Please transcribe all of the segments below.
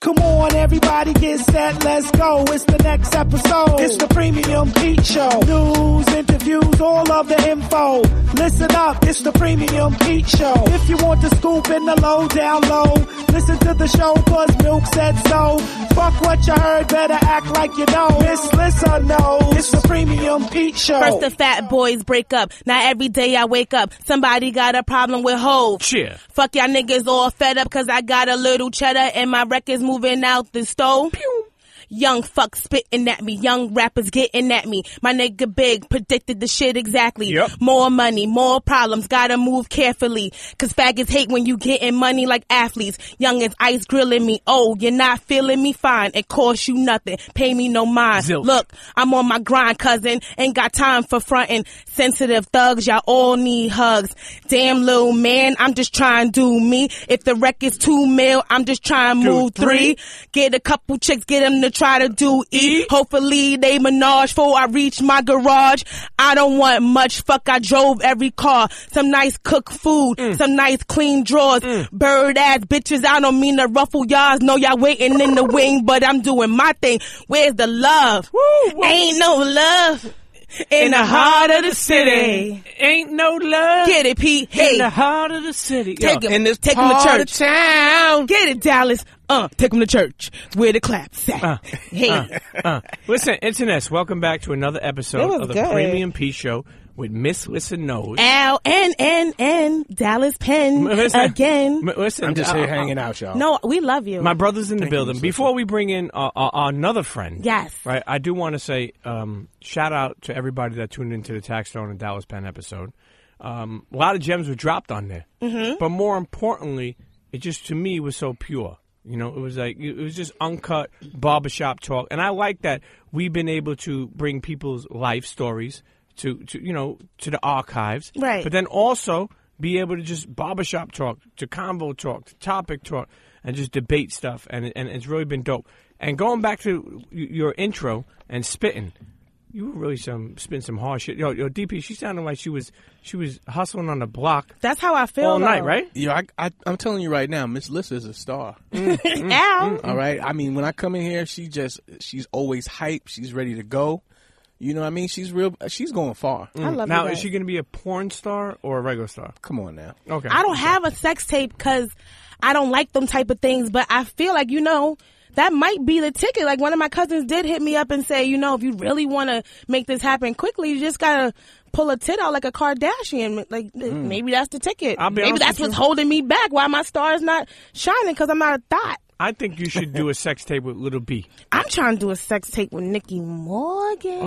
Come on, everybody get set, let's go. It's the next episode. It's the Premium Pete Show. News, interviews, all of the info. Listen up, it's the Premium Pete Show. If you want the scoop in the low, down low. Listen to the show, cause Milk said so. Fuck what you heard, better act like you know. Miss Lissa knows. It's the Premium Pete Show. First the fat boys break up. Now every day I wake up, somebody got a problem with hoe. Cheer. Fuck y'all niggas all fed up cause I got a little cheddar and my record's moving out the stove. Young fuck spitting at me, young rappers getting at me. My nigga Big predicted the shit exactly. Yep. More money, more problems, gotta move carefully. Cause faggots hate when you getting money like athletes. Young as ice grilling me, oh, you're not feeling me fine. It costs you nothing, pay me no mind. Zilch. Look, I'm on my grind, cousin, ain't got time for frontin'. Sensitive thugs, y'all all need hugs. Damn little man, I'm just trying to do me. If the record's two mil, I'm just trying to Do move three. three. Get a couple chicks, get them to try to do E. Hopefully they menage before I reach my garage. I don't want much. Fuck, I drove every car. Some nice cooked food, Mm. some nice clean drawers. Bird ass bitches, I don't mean to ruffle y'all's. Know y'all waiting in the wing, but I'm doing my thing. Where's the love? Ain't no love. In, the heart of the city. Ain't no love Get it, Pete. Hey, in the heart of the city. Take Yo, 'em. in this Take 'em to part of church. town. get it, Dallas. Uh, take them to church. Where the claps at. Uh, hey. Uh, listen, internets, welcome back to another That episode was of the good. Premium P Show with Miss Listen Knows. Al and and and Dallas Penn M- listen- again. M- listen, I'm just uh, here uh, hanging out, y'all. No, we love you. My brother's in the building. Before we bring in uh, uh, another friend, Yes. right? I do want to say um, shout out to everybody that tuned into the Tax Stone and Dallas Penn episode. Um, a lot of gems were dropped on there, mm-hmm. but more importantly, it just to me was so pure. You know, it was like it was just uncut barbershop talk, and I like that we've been able to bring people's life stories to, to you know to the archives, Right. But then also be able to just barbershop talk, to convo talk, to topic talk, and just debate stuff. And, and it's really been dope. And going back to y- your intro and spitting, you were really some spitting some hard shit. Yo, yo, DP, she sounded like she was she was hustling on the block That's how I feel all night, though. right? Yo, I, I, I'm telling you right now, Miss Lissa is a star. Mm, Al, All right. I mean, when I come in here, she just she's always hype. She's ready to go. You know what I mean? She's real. She's going far. I love mm, Now, you. is guys. she going to be a porn star or a regular star? Come on now. Okay, I don't have a sex tape because I don't like them type of things, but I feel like you know. That might be the ticket. Like one of my cousins did hit me up and say, you know, if you really want to make this happen quickly, you just gotta pull a tit out like a Kardashian. Like th- maybe that's the ticket. Hmm. I'll be maybe honest that's with what's you. holding me back. Why my star is not shining? Because I'm not a thought. I think you should do a sex tape with Little B. I'm trying to do a sex tape with Nikki Morgan.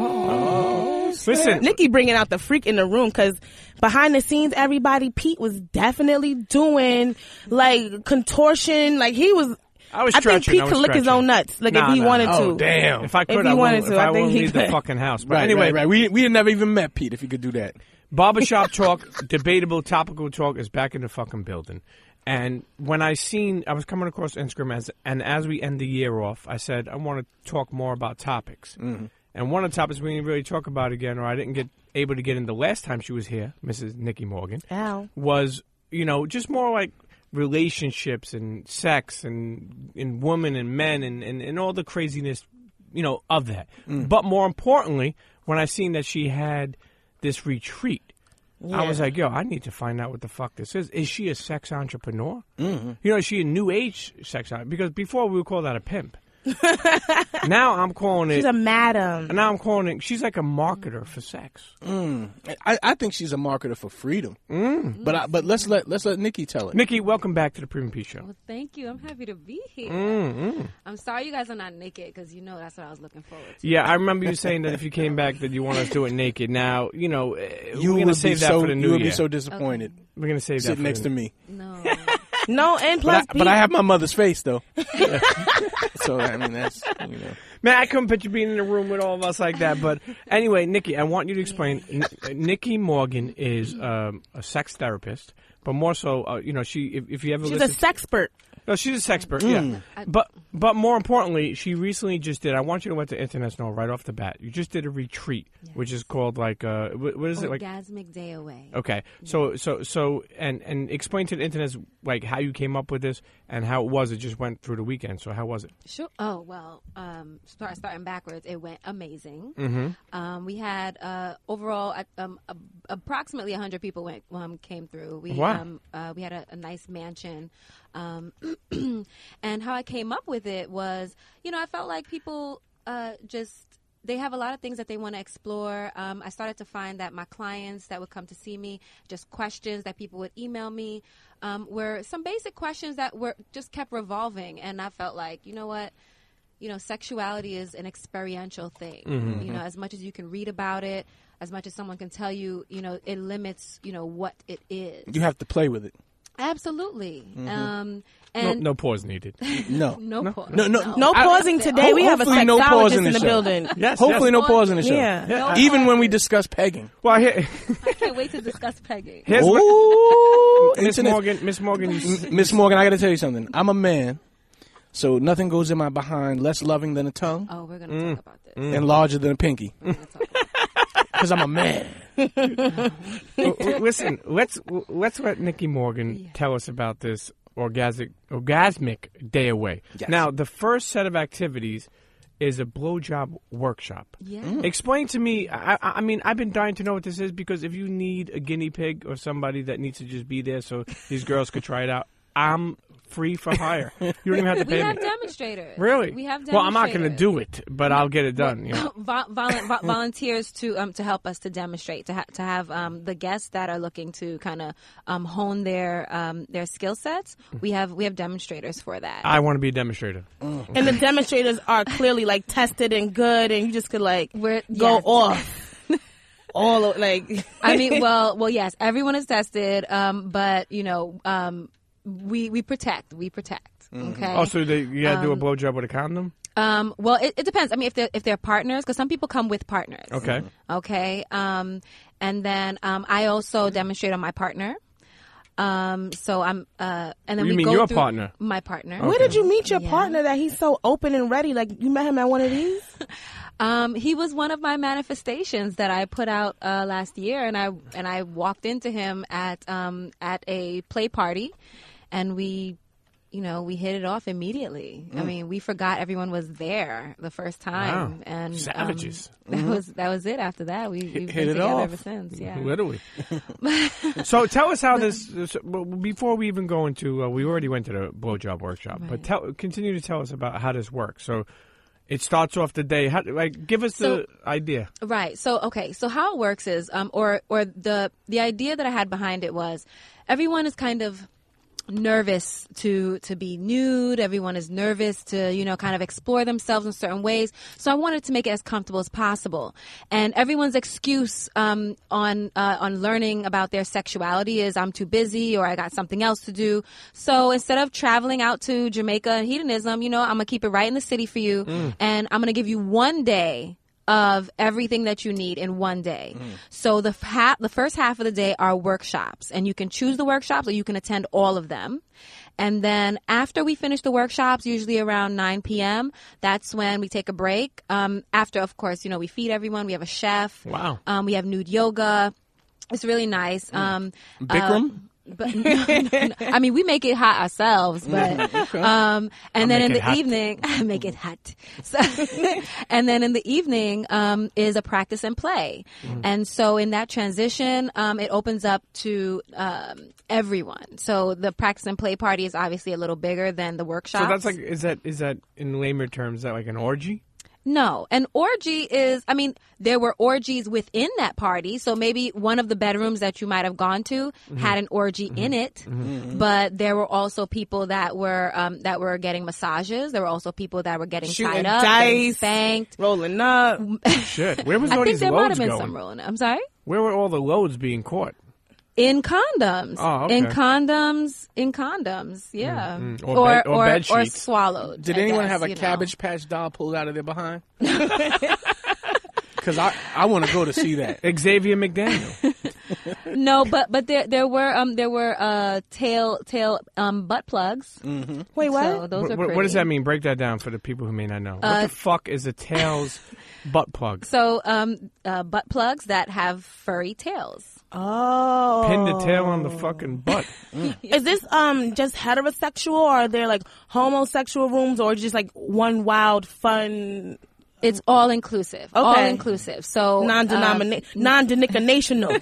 Listen, Nikki bringing out the freak in the room because behind the scenes, everybody Pete was definitely doing like contortion. Like he was. I was think stretching, Pete I was could lick his stretching. own nuts. Like Nah, if he nah. wanted Oh, to. damn. if I could, he I wanted to, wouldn't. if I I, think wouldn't he leave the could. fucking house. But Right. anyway, right, right. We we had never even met Pete if he could do that. Barbershop talk, debatable topical talk is back in the fucking building. And when I seen, I was coming across Instagram as, and as we end the year off, I said I want to talk more about topics. And one of the topics we didn't really talk about again, or I didn't get able to get in the last time she was here, Mrs. Nikki Morgan, Ow. was you know just more like relationships and sex and and women and men and and, and all the craziness you know of that. Mm. But more importantly, when I seen that she had this retreat. I was like, yo, I need to find out what the fuck this is. Is she a sex entrepreneur? Mm-hmm. mm You know, is she a new age sex entrepreneur? Because before we would call that a pimp. now I'm calling it. She's a Mm. madam. now I'm calling it. She's like a marketer for sex. I, I think she's a marketer for freedom. Mm. But I, but let's let let's let Nikki tell it. Nikki, welcome back to the Premium P Show. Well, thank you. I'm happy to be here. Mm-hmm. I'm sorry you guys are not naked because you know that's what I was looking forward to. Yeah, I remember you saying that if you came back that you want us to do it naked. Now, you know, eh, You we're would going be to save that so for the you new would year. be so disappointed we're going to save that for sitting next the to me. No. No, and But I, plus but I Pete- have my mother's face though. so I mean that's you know. Man, I couldn't picture being in a room with all of us like that. But anyway, Nikki, I want you to explain. N- eh, Nikki Morgan is um, a sex therapist, but more so, uh, you know, she if, if you ever She's a listen sexpert. no, she's a sex expert. Mm. Yeah, but but more importantly, she recently just did. I want you to went to international right off the bat. You just did a retreat, which is called like uh, wh- what Oh, is it like? Oh. Orgasmic day away. Okay, so so so and and explain to the internet like how you came up with this and how it was. It just went through the weekend. So how was it? Sure. Oh well. Um, start starting backwards. It went amazing. Mm-hmm. Um, we had uh, overall uh, um, a, approximately 100 people went um, came through. We Wow. um, uh, we had a, a nice mansion. Um, and how I came up with it was, you know, I felt like people uh, just. They have a lot of things that they want to explore. Um, I started to find that my clients that would come to see me, just questions that people would email me, um, were some basic questions that were just kept revolving. And I felt like, you know what? you know, sexuality is an experiential thing. You know, as much as you can read about it, as much as someone can tell you, you know, it limits, you know, what it is. You have to play with it. Absolutely. Um, No, and no pause needed. No. no, pause. No, no, No I- pausing today. we have a Hopefully no pause sexologist in in the, the show. building. yes. Hopefully, no pause in the show. Yeah. No Even when we pause. discuss pegging. Well, here, I can't wait to discuss pegging. here's what Ooh, Miss internet- Morgan. Miss Morgan, you, s- Miss Morgan, I got to tell you something. I'm a man, so nothing goes in my behind less loving than a tongue Oh, we're gonna Mm. talk about this. and larger than a pinky. We're gonna talk about- Because I'm a man. w- w- listen. Let's w- let's let Nikki Morgan tell us about this orgasmic orgasmic day away. Yes. Now, the first set of activities is a blowjob workshop. Yeah. Explain to me. I, I I mean, I've been dying to know what this is because if you need a guinea pig or somebody that needs to just be there so these girls could try it out, I'm free for hire. You don't even have to We pay have me. demonstrators. Mm. really? We have demonstrators. Well, I'm not going to do it, but I'll get it done. You know? Vol- volu- vo- volunteers to um, to help us to demonstrate to ha- to have um, the guests that are looking to kind of um, hone their um, their skill sets. We have we have demonstrators for that. I want to be a demonstrator. And the demonstrators are clearly like tested and good, and you just could like We're- go yes. off all of, like. I mean, well, well, yes, everyone is tested, um, but you know, um, we we protect, we protect. Okay. Mm. Also, Oh, they, you got to do a blowjob with a condom. um, well, it, it depends. I mean, if they're if they're partners, because some people come with partners. Okay. Okay. Um, and then um, I also demonstrate on my partner. Um, so I'm, uh, and then You we mean go your through partner? My partner. Where did you meet your partner that he's so open and ready? Like you met him at one of these? Um, he was one of my manifestations that I put out uh, last year, and I and I walked into him at um, at a play party, and we, you know, we hit it off immediately. I mean, we forgot everyone was there the first time, Mm. Wow. and um, Savages. Mm-hmm. that was that was it. After that, we we've hit been it together off. ever since. Yeah. Literally. so tell us how this. this- well, Before we even go into, uh, we already went to the blowjob workshop, but Right. tell continue to tell us about how this works. So it starts off the day. How, like, give us the idea. Right. So okay. So how it works is, um, or or the the idea that I had behind it was, everyone is kind of nervous to to be nude. Everyone is nervous to you know kind of explore themselves in certain ways. So I wanted to make it as comfortable as possible. And everyone's excuse um, on uh, on learning about their sexuality is I'm too busy or I got something else to do. So instead of traveling out to Jamaica and hedonism, you know I'm gonna keep it right in the city for you, and I'm gonna give you one day of everything that you need in one day. So the f- ha- the first half of the day are workshops, and you can choose the workshops or you can attend all of them. And then after we finish the workshops, usually around 9 p.m., that's when we take a break. Um, after, of course, you know, we feed everyone. We have a chef. Wow. Um, we have nude yoga. It's really nice. Um, Bikram? but no, no, no. I mean, we make it hot ourselves, but um, and then make in it the hot. evening, make it hot. So, and then in the evening um, is a practice and play, Mm. and so in that transition, um, it opens up to um, everyone. So the practice and play party is obviously a little bigger than the workshop. So that's like is that is that in lamer terms is that like an orgy? No, an orgy is, I mean, there were orgies within that party. So maybe one of the bedrooms that you might have gone to Mm-hmm. had an orgy in it, but there were also people that were um, that were getting massages. There were also people that were getting Shooting tied up, getting dice. spanked. Rolling up. Shit, where was I all think these there might have loads been going? some rolling. I'm sorry. Where were all the loads being caught? In condoms. Oh, okay. Mm, In condoms. in condoms, yeah, Or bed- or bed or sheets. swallowed. Did I anyone guess, have a you know. Cabbage Patch doll pulled out of their behind? Because I, I want to go to see that. Xavier McDaniel. No, but but there there were um there were uh tail tail um butt plugs. Wait, what? So those what, are pretty. Uh, what does that mean? Break that down for the people who may not know. what the fuck is a tail's butt plug? So um uh, butt plugs that have furry tails. Mm. oh. Pin the tail on the fucking butt. Is this um just heterosexual or are there like homosexual rooms or just like one wild fun It's all inclusive. All Okay. inclusive. So non denominate non denominational? um,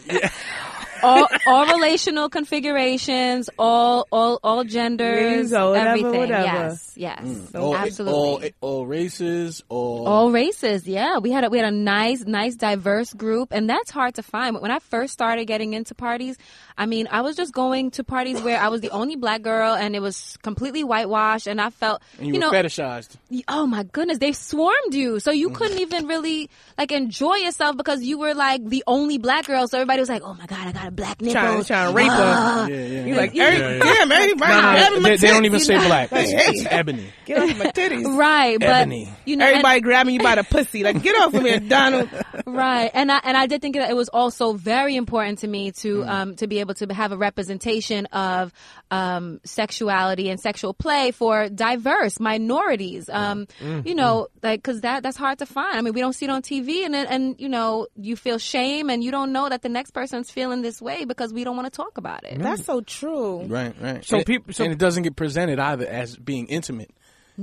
all, all relational configurations, all all all genders, go, whatever, everything. whatever. Yes, yes, Mm. All, absolutely. All, all races, all, all races yeah we had a we had a nice nice diverse group and that's hard to find when i first started getting into parties i mean i was just going to parties where i was the only black girl and it was completely whitewashed and i felt and you, you know were fetishized. oh my goodness they swarmed you so you couldn't even really like enjoy yourself because you were like the only black girl so everybody was like oh my god i got a black nipple trying, trying to rape her. Yeah, yeah. You like, every, damn, everybody, grabbing my they, they don't tits, you even say know? black. It's, it's ebony. Get off my titties. right but Ebony. you know and- Everybody grabbing you by the pussy. Like, get off of me, Donald. right and i and i did think that it was also very important to me to Mm. um to be able to have a representation of um sexuality and sexual play for diverse minorities um Mm, you know like because that that's hard to find i mean we don't see it on tv and it- and you know you feel shame and you don't know that the next person's feeling this way because we don't want to talk about it That's so true. Right, right. So And it- peop- so- and it doesn't get presented either as being intimate.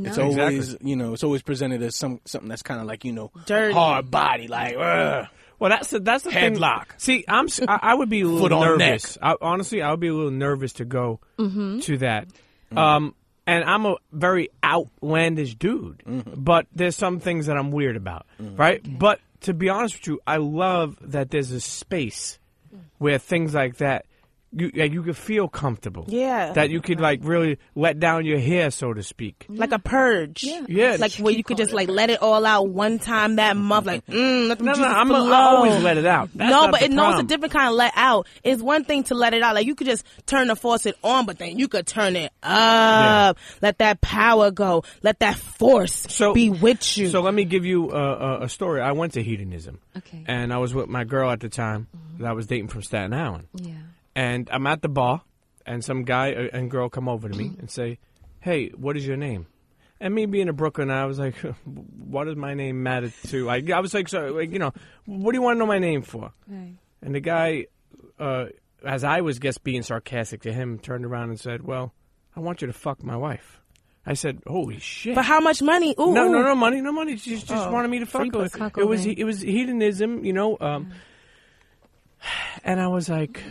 It's always, you know, it's always presented as some something that's kind of like you know, Dirty. hard body, like ugh. Well, that's the, that's the thing. Headlock. See, I'm s- I, I would be a little Foot on nervous. I, honestly, I would be a little nervous to go Mm-hmm. to that. Um, and I'm a very outlandish dude, Mm-hmm. but there's some things that I'm weird about, right? But to be honest with you, I love that there's a space where things like that you like, you could feel comfortable. Yeah. that you could like really let down your hair, so to speak. Like a purge. Yeah. Like where you could just like let it all out one time that month. Like, mm, let the No, no, juices I'm a, flow. I always let it out. That's no, not but the it knows it's a problem. different kind of let out. It's one thing to let it out. Like you could just turn the faucet on, but then you could turn it up. Let that power go. Let that force So- be with you. So let me give you a, a, a story. I went to hedonism. Okay. And I was with my girl at the time that I was dating from Staten Island. yeah And I'm at the bar, and some guy uh, and girl come over to me and say, "Hey, what is your name?" And me being a Brooklyn, I was like, "What does my name matter to?" I, I was like, so, like, you know, what do you want to know my name for?" right And the guy, uh, as I was just being sarcastic to him, turned around and said, "Well, I want you to fuck my wife." I said, "Holy shit!" for how much money? Ooh, No, no, ooh. no money, no money. She just, just wanted me to fuck her. pussy. It was Cuckolding. it was hedonism, you know. Um, and I was like,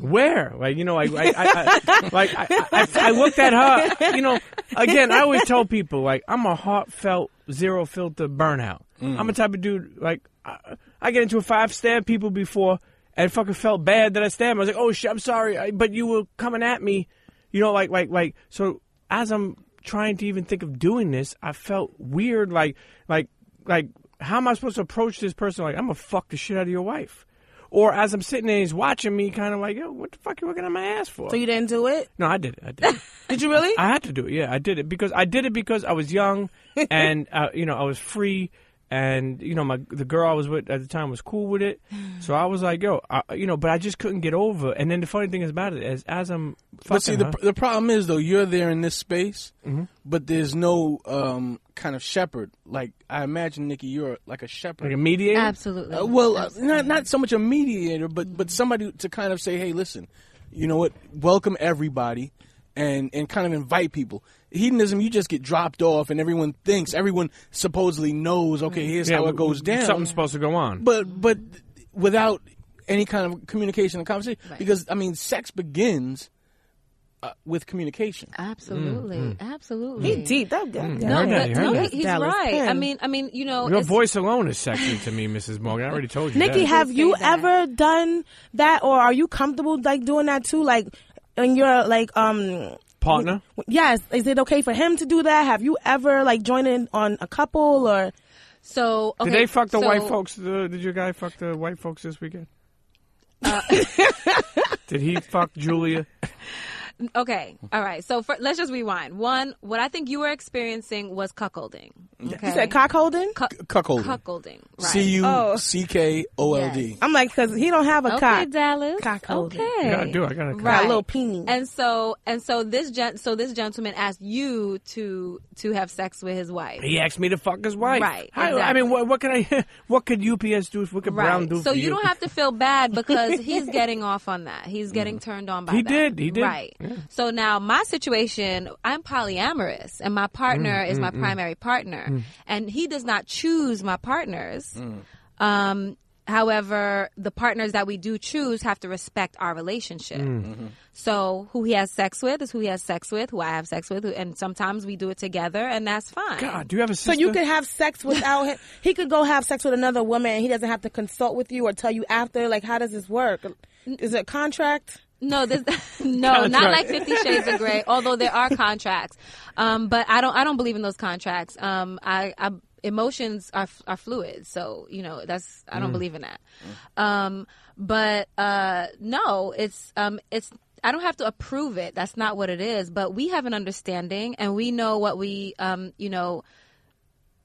where? Like you know, I, I, I, I like I, I, I looked at her. You know, again, I always tell people like I'm a heartfelt zero filter burnout. I'm a type of dude like I, I get into a five stab people before and fucking felt bad that I stabbed. 'em. I was like, oh shit, I'm sorry, I, but you were coming at me. You know, like like like so. As I'm trying to even think of doing this, I felt weird. Like like like how am I supposed to approach this person? Like I'm gonna fuck the shit out of your wife. Or as I'm sitting there, he's watching me, kind of like, yo, what the fuck you looking at my ass for? So you didn't do it? no, I did it. I did. It. Did you really? I had to do it. Yeah, I did it because I did it because I was young and uh, you know I was free and you know my the girl I was with at the time was cool with it. So I was like, yo, I, you know, but I just couldn't get over. it. And then the funny thing is about it is as I'm fucking Mm-hmm. But see, the, her- pr- the problem is though, you're there in this space, but there's no um, kind of shepherd. Like I imagine, Nikki, you're like a shepherd. like a mediator. absolutely Uh, well, uh, not not so much a mediator, but but somebody to kind of say, hey, listen, you know what? Welcome everybody, and and kind of invite people. Hedonism, you just get dropped off, and everyone thinks everyone supposedly knows. Okay, here's Mm. Yeah, how it w- goes down. Something's supposed to go on. but but without any kind of communication and conversation, because I mean, sex begins uh, with communication. absolutely Mm, absolutely He deep. That, that, that- no, heard that, Mm, but, you heard no that. he- he's Dallas right. I Penn. mean, I mean, you know, Your it's- voice alone is sexy to me, Mrs. Morgan. I already told you. Nikki, that. have say you that. ever done that, or are you comfortable like doing that too? Like, and you're like, um, partner. yes, is it okay for him to do that? Have you ever like joined in on a couple or? So okay, Did they fuck the so- white folks? The, did your guy fuck the white Uh, folks this weekend? did he fuck Julia? Okay. All right. So for, let's just rewind. One, what I think you were experiencing was cuckolding. Okay. You said cockholding? Cu- Cuckolding. Cuckolding. Right. C U Oh. C K O L D. I'm like, because he don't have a Okay, cock. Dallas. Cuckolding. Okay. I gotta do it. I gotta. Right. Got a little peenie. And so and so this gen- so this gentleman asked you to to have sex with his wife. He asked me to fuck his wife. Right, How- I exactly. mean, what, what can I? What could UPS do? What could Brown do? So for you don't have to feel bad because he's getting off on that. He's getting turned on by Mm. He that. did, he did. Right. So now my situation, I'm polyamorous and my partner Mm, is my primary partner and he does not choose my partners. Um However, the partners that we do choose have to respect our relationship. Mm. So, who he has sex with is who he has sex with, who I have sex with, who- and sometimes we do it together, and that's fine. God, do you have a sister? So you could have sex without him. He could go have sex with another woman and he doesn't have to consult with you or tell you after. Like, how does this work? Is it a contract? No, this, no, not like Fifty Shades of Grey. Although there are contracts, um, but I don't, I don't believe in those contracts. Um, I, I emotions are are fluid, so you know that's I don't believe in that. Um, but uh, no, it's um, it's I don't have to approve it. That's not what it is. But we have an understanding, and we know what we, um, you know.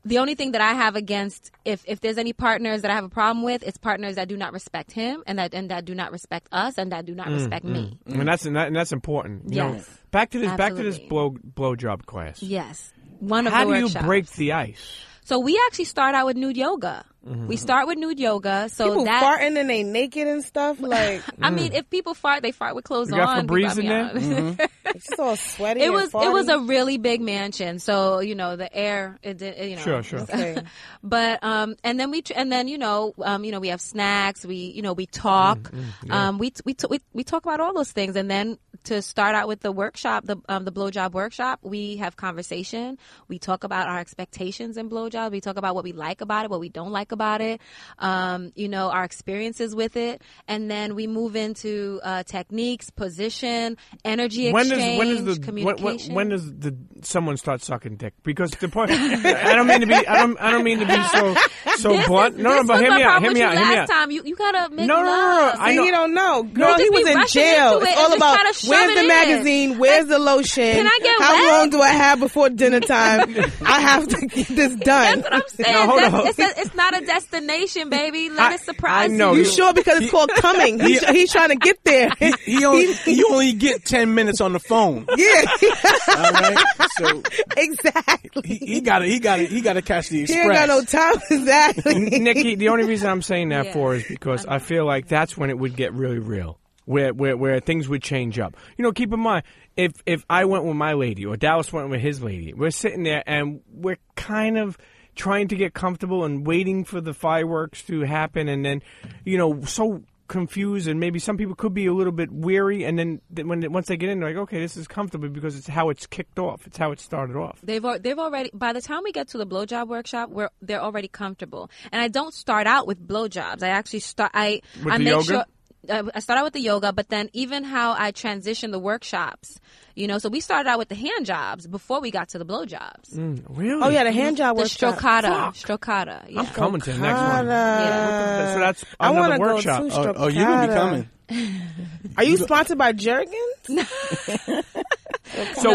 The only thing that I have against, if if there's any partners that I have a problem with, it's partners that do not respect him and that and that do not respect us and that do not respect me. and that's and, that, and that's important. You know, Yes. back to this. Back to this blow Absolutely. blowjob class. Yes, one of How the do you workshops. break the ice? So we actually start out with nude yoga. Mm-hmm. We start with nude yoga. So People that farting and they naked and stuff. Like, I mean, if people fart, they fart with clothes Mm. You got on. Febreze I mean, in there? Mm-hmm. I- it's all sweaty. It and was it was farty. a really big mansion, so you know the air. It did you know. Sure, sure. Okay. But um, and then we tr- and then you know um, you know we have snacks. We you know we talk. Mm, Um, we t- we, t- we we talk about all those things, and then to start out with the workshop, the um, the blowjob workshop, we have conversation. We talk about our expectations in blowjob. We talk about what we like about it, what we don't like about it. Um, you know our experiences with it, and then we move into uh, techniques, position, energy When does exchange, when does the when, when, communication. when does the someone start sucking dick? Because the point I don't mean to be I don't I don't mean to be so so This blunt. is- No, no, this but was hear my me out. problem Hear with me you out. Hear me out. Last time, you, you gotta make No, no, no, no, love. I See, know- he don't know, girl. just He be was in rushing jail. into it It's and all just about kinda shove where's it the in. magazine? Where's the lotion? Can I get How wet? long do I have before dinner time? I have to get this done. That's what I'm saying. No, hold That's- on. it's, a, it's not a destination, baby. Let I- it surprise I know You you. sure? Because it's called coming. He's, he's trying to get there. He only, you only get 10 minutes on the phone. yeah, All right? So exactly. he, he got to he got to he got to catch the He express. ain't got no time. Exactly. Nikki, the only reason I'm saying that Yeah. for is because I feel like that's when it would get really real, where where where things would change up. You know, keep in mind if if I went with my lady or Dallas went with his lady, we're sitting there and we're kind of trying to get comfortable and waiting for the fireworks to happen, and then you know so confused and maybe some people could be a little bit weary and then th- when once they get in they're like okay this is comfortable because it's how it's kicked off it's how it started off They've al- they've already. By the time we get to the blowjob workshop, we're they're already comfortable. And I don't start out with blowjobs. I actually start. I With I the make yoga? sure. I I start out with the yoga, but then even how I transition the workshops, you know. So we started out with the hand jobs before we got to the blowjobs. really Oh yeah, the hand job The was strokata, strokata. Yeah. Mm. I'm coming to the Oh, next one Yeah. so that's I want another to go to workshop Oh, oh, you going to be Strokata. coming. Are you sponsored by Jergens? So No,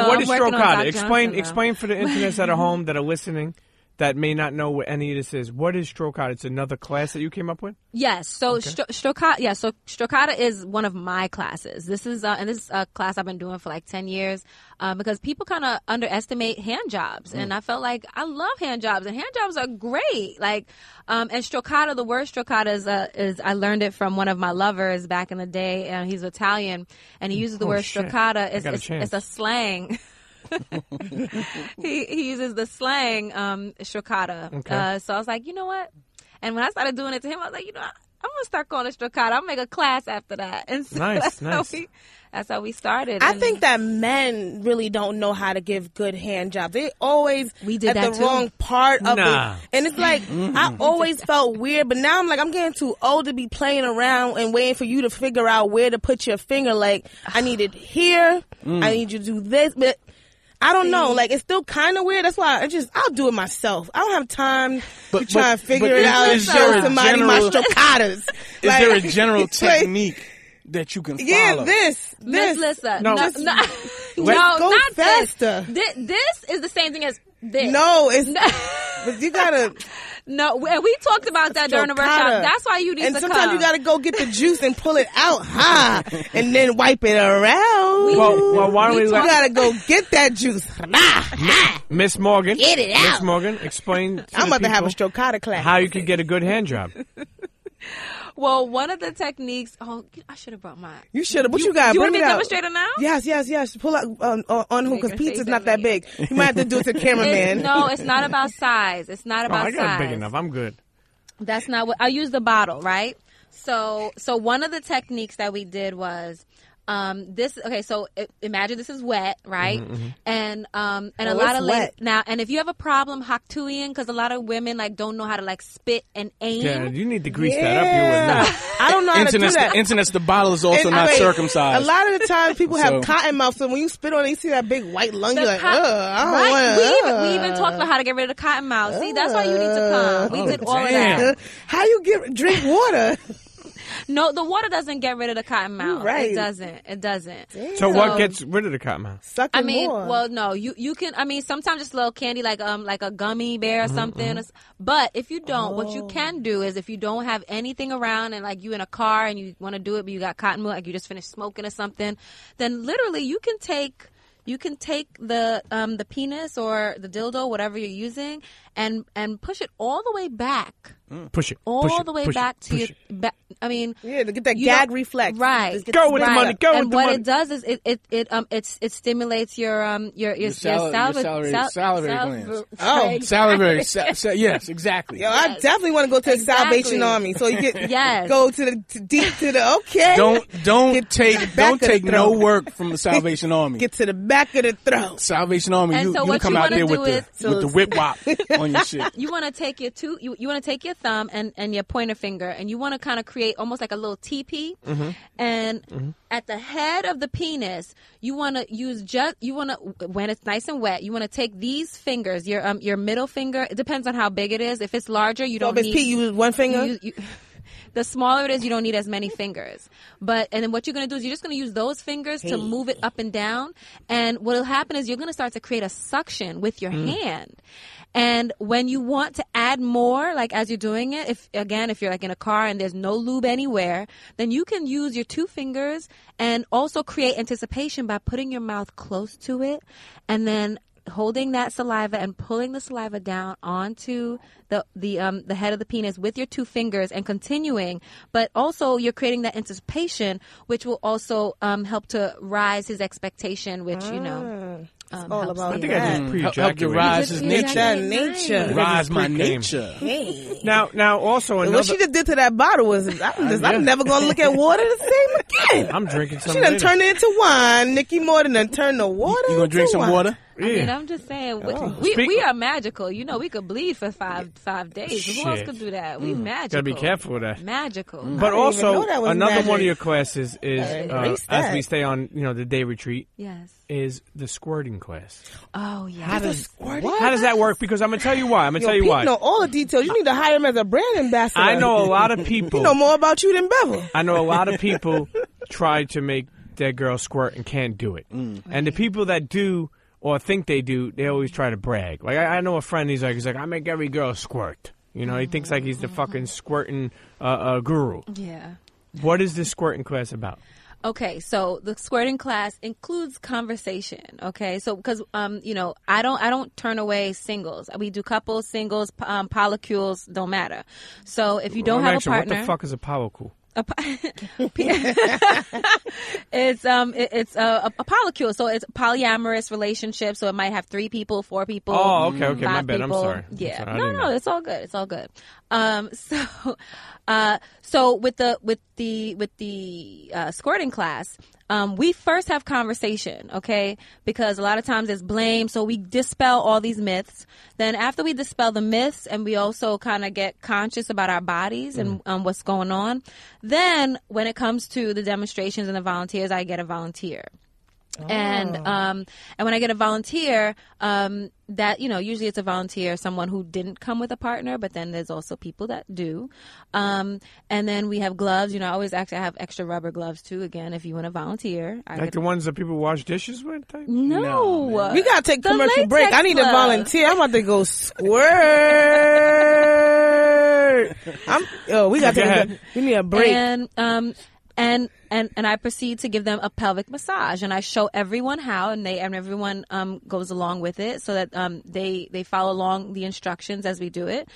what I'm is strokata? working on Doc Explain Johnson, though. explain for the internets at home that are listening that may not know what any of this is. What is strokata? It's another class that you came up with. Yes. So stro- strokata, yeah. So strokata is one of my classes. This is uh, and this is a class I've been doing for like ten years um, because people kind of underestimate hand jobs, Mm. and I felt like I love hand jobs, and hand jobs are great. Like, um, and strokata, the word strokata is uh, is I learned it from one of my lovers back in the day, and he's Italian, and he uses the Oh, word shit. I strokata. It's, got a it's, chance. it's a slang. he, he uses the slang um, strokata. Uh, so I was like, you know what? And when I started doing it to him, I was like, you know, I, I'm gonna start calling it strokata. I'll make a class after that. And so Nice, that's nice. How we, that's how we started. I And think that men really don't know how to give good hand jobs. They always We did at that the too. wrong part of Nah. it, and it's like I always felt weird. But now I'm like I'm getting too old to be playing around and waiting for you to figure out where to put your finger. Like I need it here. Mm. I need you to do this, but. I don't know. Like it's still kind of weird. That's why I just I'll do it myself. I don't have time But- to try but- and figure but it is- out and is there show a somebody my general- stoccatas. Is there a general like- technique that you can follow. Yeah, this, this. Just listen. No. No, Just- no, Let's no go not faster. this. Thi- This is the same thing as this. No, it's but you gotta. No, we, we talked about that during the workshop. Strokata. That's why you need And to sometimes come. you gotta go get the juice and pull it out high, and then wipe it around. Well, well, why don't we you let- gotta go get that juice. I'm Miss Morgan, Get it Miss out. Morgan, explain. To the about to have a people strokata class. How you could get a good hand job? Oh, Well, one of the techniques. Oh, I should have brought my. You should have. What you, got? you want Bring it me to out. demonstrate it now? Yes, yes, yes. Pull out um, on, on who because Make her pizza's face not at that me. big. You might have to do it to cameraman. It's- no, it's not about size. It's not Oh, about I got size. big enough. I'm good. That's not what I use the bottle, right? So, so one of the techniques that we did was um, this. Okay, so i imagine this is wet, right? And um, and a Well, lot Oh, it's of ladies, wet. now, and if you have a problem Haktuian, because a lot of women like don't know how to like spit and aim. Yeah, Mm-hmm. you need to grease that up. Yeah. You I don't know how to do Internet's, that. internet's the bottle is also And- not wait, circumcised. A lot of the times people have So- cotton mouth, so when you spit on it, you see that big white lung, The you're like, co- ugh, I don't right? wanna, we, even, we ugh." even talked about how to get rid of the cotton mouth. See, that's why you need to come. We Oh, did all damn. of that. How you get drink water? No, the water doesn't get rid of the cotton mouth. right. It doesn't. It doesn't. would. So, what gets rid of the cotton mouth? Sucking I mean, more. well, no, you you can. I mean, sometimes just a little candy, like um, like a gummy bear or something. or s- But if you don't, what you can do is if you don't have anything around and like you in a car and you want to do it, but you got cotton wool, like you just finished smoking or something, then literally you can take. You can take the um, the penis or the dildo, whatever you're using, and and push it all the way back, Push it. all push it, the way push it, back to push your. it. Ba- I mean, yeah, to get that you gag don't- reflex, Right. Just get Go this with the back. money. Go and with the what money. it does is it, it, it um it's it stimulates your um your your, your, sali- your saliva- salivary- sal- salivary salivary- glands. Oh. Salivary. sa- sa- yes, exactly. Yo, I definitely want to go to the Exactly. Salvation Army, so you can Yes. go to the to deep to the okay. Don't Get don't to the take back don't of the take no throat. work from the Salvation Army. get to the back of the throat. Salvation Army, And you, so you what come you out wanna there do with the is- with the whip wop on your shit. You want to take your two you, you want to take your thumb and and your pointer finger and you want to kind of create almost like a little teepee Mm-hmm. and at the head of the penis you want to use just you want to when it's nice and wet you want to take these fingers your um your middle finger it depends on how big it is if it's larger you So don't Oh, if it's need Pete, you use one finger. you- you- the smaller it is, you don't need as many fingers. But and then what you're going to do is you're just going to use those fingers to move it up and down. And what'll happen is you're going to start to create a suction with your hand. And when you want to add more, like as you're doing it, if again if you're like in a car and there's no lube anywhere, then you can use your two fingers and also create anticipation by putting your mouth close to it, and then holding that saliva and pulling the saliva down onto the the um the head of the penis with your two fingers and continuing but also you're creating that anticipation which will also um help to rise his expectation which you know um, Ah, all helps about the- I think I Yeah. just pre Help- help your rise his Good for you, nature. That Jackie. nature. Right. Rise my Pre-game. nature. Hey. Now, now, also another. What she just did to that bottle was I'm, just, I'm never gonna look at water the same again. I'm drinking she something. done turned it into wine. Nikki Morton done turned the water. You gonna into drink some wine. water? I mean, I'm just saying, we, Oh. we, Speak- we are magical. You know, we could bleed for five five days. Who else Shit. Mm. could do that? We Gotta magical. be careful with that. Magical. But didn't even also know that was another one of magic. your classes is uh, erase as that. we stay on, you know, the day retreat Yes. is the squirting class. Oh yeah. How does what? How does that work? Because I'm gonna tell you why. I'm gonna Yo, tell you Pete why. know all the details. You need to hire him as a brand ambassador. I know a lot of people. He know more about you than Bevel. I know a lot of people try to make their girl squirt and can't do it. And the people that do or think they do, they always try to brag. Like I, I know a friend, he's like, he's like, I make every girl squirt. You know, he thinks like he's the fucking squirting uh, uh, guru. yeah. What is this squirting class about? Okay, so the squirting class includes conversation. Okay, so because um, you know, I don't I don't turn away singles. We do couples, singles, p- um, polycules, don't matter. So if you don't I'm have actually- a partner, What the fuck is a power cool? a po- it's um it, it's a, a polycule so it's polyamorous relationship so it might have three people four people Oh, okay, okay, my five bad, I'm people. sorry. I'm yeah sorry, I no didn't no know. it's all good it's all good um so uh so with the with the with the uh, squirting class um, we first have conversation, okay? Because a lot of times it's blame, so we dispel all these myths. Then after we dispel the myths, and we also kind of get conscious about our bodies and um, what's going on. Then when it comes to the demonstrations and the volunteers, I get a volunteer. and um, and when I get a volunteer, um, that you know usually it's a volunteer, someone who didn't come with a partner, but then there's also people that do, um, and then we have gloves. You know, I always actually have extra rubber gloves too. Again, if you want to volunteer, I Like the could- ones that people wash dishes with? Type? no, We gotta take The commercial latex break. I need a glove. volunteer. I'm about to go squirt. I'm. Oh, we gotta Go take. A, ahead. we need a break. And um and and and I proceed to give them a pelvic massage, and I show everyone how, and they and everyone um goes along with it, so that um they they follow along the instructions as we do it,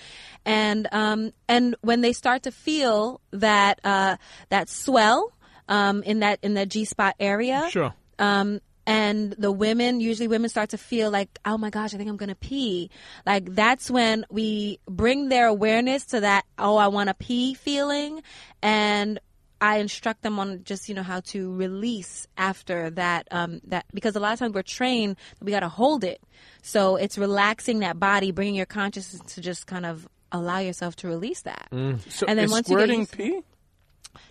and um and when they start to feel that uh that swell um in that in the G spot area, Sure. um, and the women, usually women start to feel like, oh my gosh, I think I'm going to pee. Like that's when we bring their awareness to that, oh, I want to pee feeling. And I instruct them on just, you know, how to release after that, um, that, because a lot of times we're trained that we got to hold it. So it's relaxing that body, bringing your consciousness to just kind of allow yourself to release that. Mm. So and then is once you get squirting used- pee?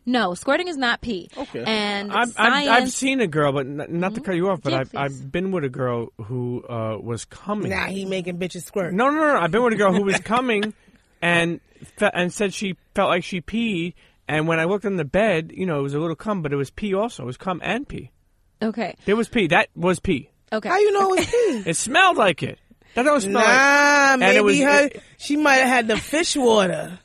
No, squirting is not pee. Okay. And I've, I've, science, I've seen a girl, but n- not to cut you off, but Yeah, I've, please. I've been with a girl who uh, was coming. Nah, he making bitches squirt. No, no, no, no. I've been with a girl who was coming and fe- and said she felt like she peed. And when I looked in the bed, you know, it was a little cum, but it was pee also. It was cum and pee. okay. There was pee. That was pee. Okay. How you know it's pee? It smelled like it. That don't smell like Nah, it maybe was- her. it- she might have had the fish water.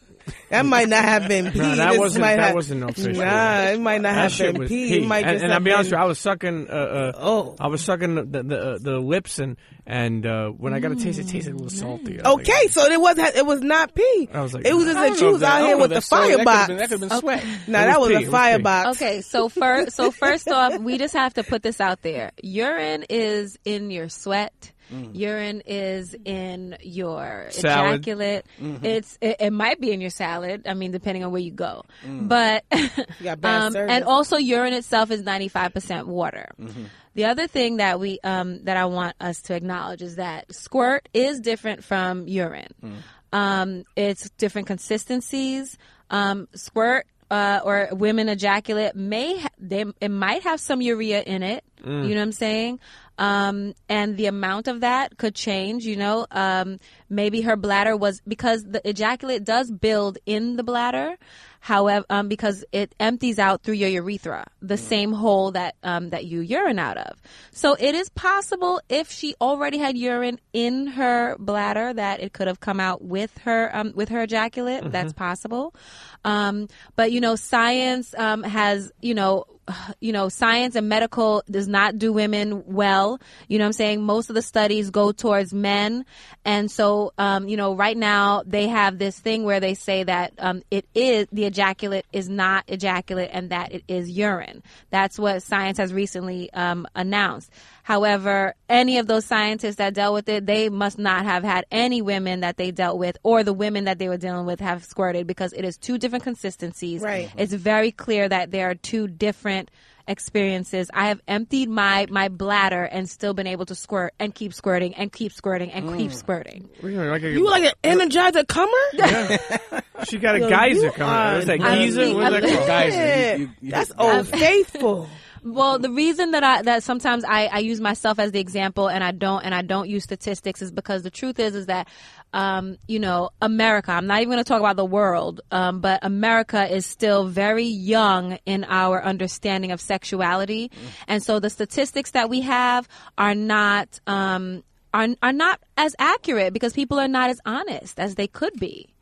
That might not have been pee. Nah, that This wasn't- might that have- wasn't no fish Nah, water. it might not That have shit been was pee. pee. It might and, just and I'll have be honest been- with you, I was sucking. Uh, uh, Oh. I was sucking the the, the, the lips, and and uh, when I got a taste, it tasted a little salty. I was like, Mm, Okay, so it was it was not pee. I was like, it was just I Oh, that you was out I here don't know with the that story. That firebox. could've been- That could have been sweat. Nah, It that was was pee, it a was pee. firebox. Okay, so first, so first off, we just have to put this out there. Urine is in your sweat. Urine is in your Salad. ejaculate. It's it, it might be in your salad. I mean, depending on where you go, but got bad service. Um, and also urine itself is ninety five percent water. The other thing that we um, that I want us to acknowledge is that squirt is different from urine. Um, it's different consistencies. Um, squirt uh, or women ejaculate may ha- they it might have some urea in it. You know what I'm saying? Um, and the amount of that could change. You know, um, maybe her bladder was because the ejaculate does build in the bladder. However, um, because it empties out through your urethra, the same hole that um, that you urine out of. So it is possible if she already had urine in her bladder that it could have come out with her um, with her ejaculate. That's possible. Um, but you know, science um, has you know. You know, science and medical does not do women well. You know what I'm saying? Most of the studies go towards men. And so, um, you know, right now they have this thing where they say that um, it is the ejaculate is not ejaculate and that it is urine. That's what science has recently um, announced. However, any of those scientists that dealt with it, they must not have had any women that they dealt with or the women that they were dealing with have squirted because it is two different consistencies. Right. It's very clear that there are two different experiences. I have emptied my my bladder and still been able to squirt and keep squirting and keep squirting and keep squirting. you know, like a- You like an energizer comer? she got a Yo, you geyser coming. out. are It was like I'm geyser. What was that being- called? Yeah, you- you- that's old faithful. Well, the reason that I that sometimes I, I use myself as the example and I don't and I don't use statistics is because the truth is is that um, you know America. I'm not even going to talk about the world, um, but America is still very young in our understanding of sexuality, and so the statistics that we have are not um, are are not as accurate because people are not as honest as they could be.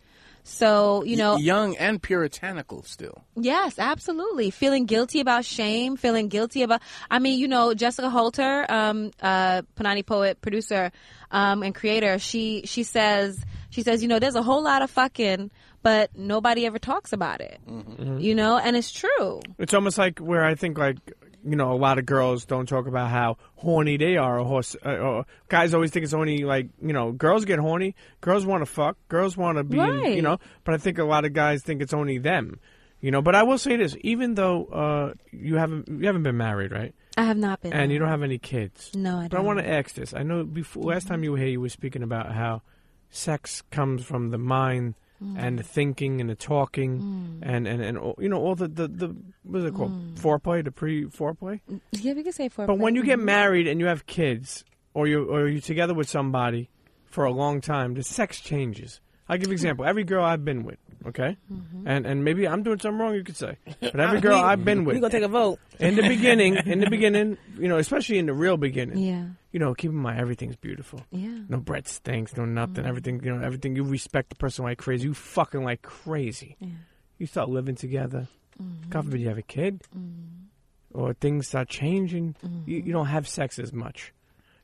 So you know, young and puritanical still. Yes, absolutely. Feeling guilty about shame, feeling guilty about. I mean, you know, Jessica Holter, um, uh, Panani poet, producer, um, and creator. She she says she says you know there's a whole lot of fucking, but nobody ever talks about it. Mm-hmm. You know, and it's true. It's almost like where I think like you know a lot of girls don't talk about how horny they are. Or, horse, uh, or guys always think it's only like you know girls get horny. Girls want to fuck. Girls want to be in- Right. you know. But I think a lot of guys think it's only them. You know. But I will say this: even though uh, you haven't you haven't been married, right? I have not been. And you don't have any kids. No, I But I don't. Mm-hmm. want to ask this. I know before last time you were here, you were speaking about how sex comes from the mind Mm. and the thinking and the talking and and and all- you know all the the, the what's it called Mm. foreplay the pre foreplay. Yeah, we could say four. But when you get married and you have kids, or you or you're together with somebody for a long time, the sex changes. I give you an example. Every girl I've been with, okay, Mm-hmm. and and maybe I'm doing something wrong. You could say, but every girl I've been with, We're gonna take a vote. in the beginning, in the beginning, you know, especially in the real beginning, Yeah. you know, keep in mind everything's beautiful. Yeah. Mm-hmm. No bread stinks, no nothing. Everything, you know, everything. You respect the person like crazy. You fucking like crazy. You start living together. Mm-hmm. God forbid you have a kid, or things start changing. You, Mm-hmm. you don't have sex as much.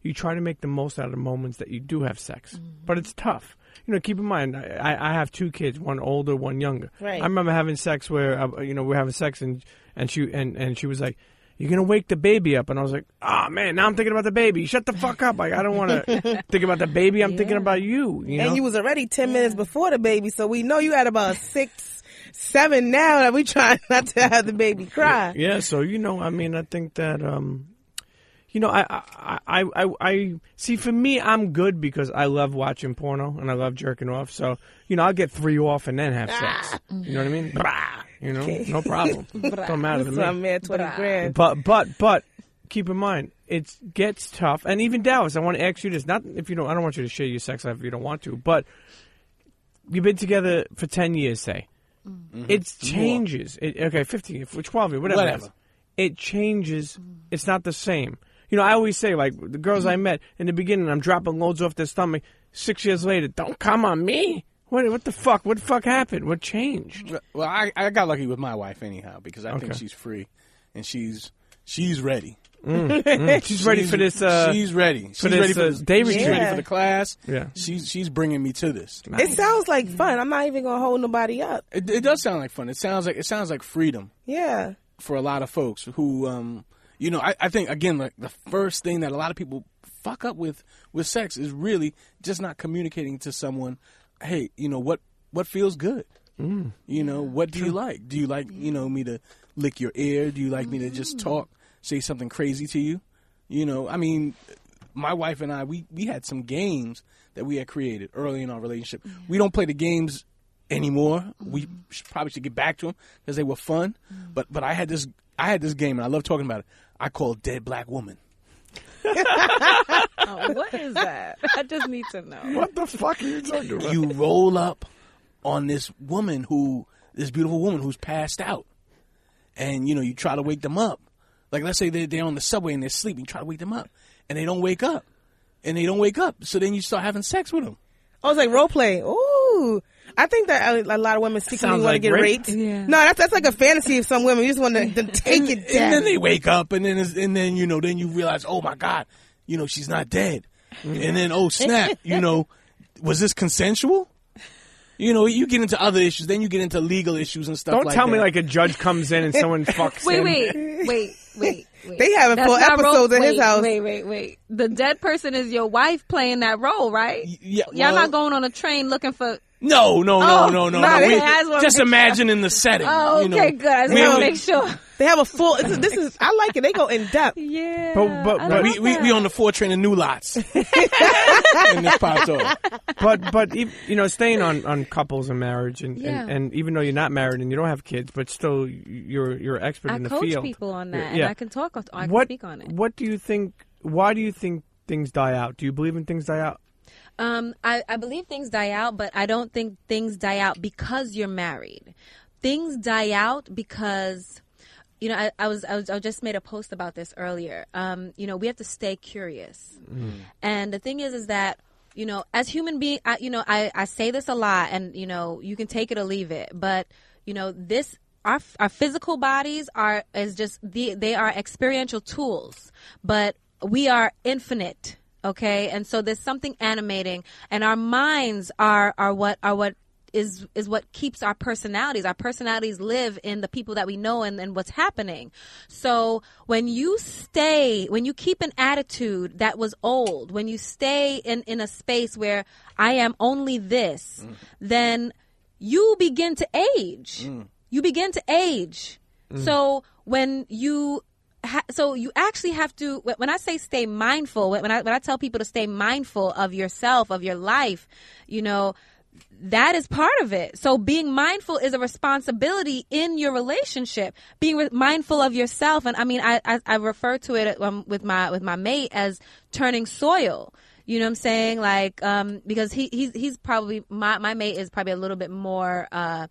You try to make the most out of the moments that you do have sex, Mm-hmm. but it's tough. You know, keep in mind, I, I- I have two kids, one older, one younger. Right. I remember having sex where uh, you know we're having sex and and she and and she was like. You're gonna wake the baby up, and I was like, "Ah, man! Now I'm thinking about the baby. Shut the fuck up! Like I don't want to think about the baby. I'm thinking about you. You know? And you was already ten minutes before the baby, so we know you had about six, seven now that we trying not to have the baby cry. yeah so you know i mean i think that um you know I, I i i i see for me i'm good because i love watching porno and i love jerking off so you know i'll get three off and then have sex you know what i mean Brah, you know no problem don't matter So to I'm me mad twenty grand. but but but keep in mind it gets tough and even dallas i want to ask you this not if you don't i don't want you to share your sex life if you don't want to but you've been together for 10 years say it changes it, okay 15 if- 12 whatever, whatever. It, Whatever. is. it changes it's not the same you know i always say like the girls i met in the beginning i'm dropping loads off their stomach six years later don't come on me what, what the fuck what the fuck happened what changed Well, I, I got lucky with my wife anyhow because I think Okay. she's free, and she's she's ready. she's ready for this uh she's ready. She's this, ready for uh, this day She's ready retreat. for the class. Yeah. She's she's bringing me to this. It sounds like fun. I'm not even gonna hold nobody up. It, it does sound like fun. It sounds like it sounds like freedom Yeah. for a lot of folks who, um, you know, I, I think again, like the first thing that a lot of people fuck up with with sex is really just not communicating to someone, hey, you know what what feels good. You know, what do you like? Do you like, you know, me to lick your ear? Do you like me to just talk, say something crazy to you? You know, I mean, my wife and I, we, we had some games that we had created early in our relationship. We don't play the games anymore. We should, probably should get back to them because they were fun. But but I had this I had this game and I love talking about it. I call it dead black woman. Oh, what is that? I just need to know. What the fuck are you talking about? you roll up on this woman who this beautiful woman who's passed out and you know you try to wake them up like let's say they're, they're on the subway and they're sleeping you try to wake them up and they don't wake up and they don't wake up so then you start having sex with them I was Oh, like role play. Ooh. I think that a a lot of women secretly want Sounds to like get rape. raped. Yeah. No, that's that's like a fantasy of some women. You just want to take it down. and then they wake up and then it's, and then you know then you realize oh my god you know she's not dead Mm-hmm. and then oh snap you know was this consensual you know you get into other issues then you get into legal issues and stuff Don't like tell me that. like a judge comes in and someone fucks Wait, him. wait, wait, wait. wait. They having That's full not episodes in his wait, house. Wait, wait, wait. The dead person is your wife playing that role, right? yeah, Y'all well- not going on a train looking for. No, no, no, Oh, no, no, nah, no. they has one just picture. imagine in the setting. Oh, you know. okay, good. I just We want to only- make sure. They have a full. This is, this is I like it. They go in depth. Yeah. But- but- I but love We, we, we that. on the four train in new lots. and this pops off. But but ev- you know, staying on, on couples and marriage, and, Yeah. and, and even though you're not married and you don't have kids, but still you're you're an expert I in the coach field. people on that, Yeah. and I can talk. On, I can what speak on it. what do you think? Why do you think things die out? Do you believe in things die out? Um, I, I believe things die out, but I don't think things die out because you're married. Things die out because, you know, I, I was I was I just made a post about this earlier. Um, you know, we have to stay curious, and the thing is, is that you know, as human being, I, you know, I I say this a lot, and you know, you can take it or leave it, but you know, this our our physical bodies are is just the they are experiential tools, but we are infinite okay and so there's something animating and our minds are are what are what is is what keeps our personalities our personalities live in the people that we know and, and what's happening so when you stay when you keep an attitude that was old when you stay in in a space where i am only this then you begin to age you begin to age so when you ha- so you actually have to wh- when i say stay mindful when when I, when I tell people to stay mindful of yourself of your life you know that is part of it. So being mindful is a responsibility in your relationship. Being re- mindful of yourself, and I mean, I I, I refer to it um, with my with my mate as turning soil. You know what I'm saying? Like, um, because he he's he's probably my my mate is probably a little bit more. Uh,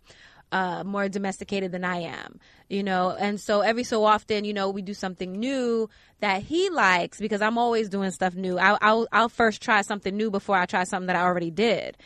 uh, more domesticated than I am, you know, and so every so often, you know, we do something new that he likes because I'm always doing stuff new. I'll, I'll, I'll first try something new before I try something that I already did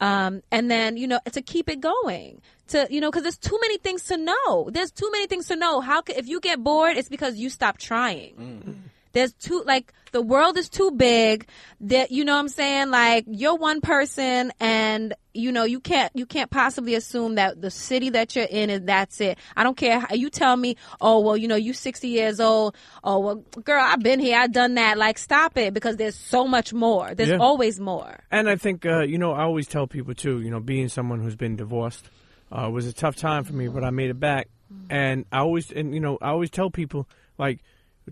um, and then you know to keep it going to you know because there's too many things to know there's too many things to know how could, if you get bored it's because you stop trying there's too like the world is too big that you know what i'm saying like you're one person and you know you can't you can't possibly assume that the city that you're in is that's it i don't care how you tell me oh well you know you 60 years old oh well girl i've been here i've done that like stop it because there's so much more there's Yeah. always more And I think, uh, you know, I always tell people too, you know, being someone who's been divorced uh, was a tough time for me, but I made it back. And I always, and you know, I always tell people, like,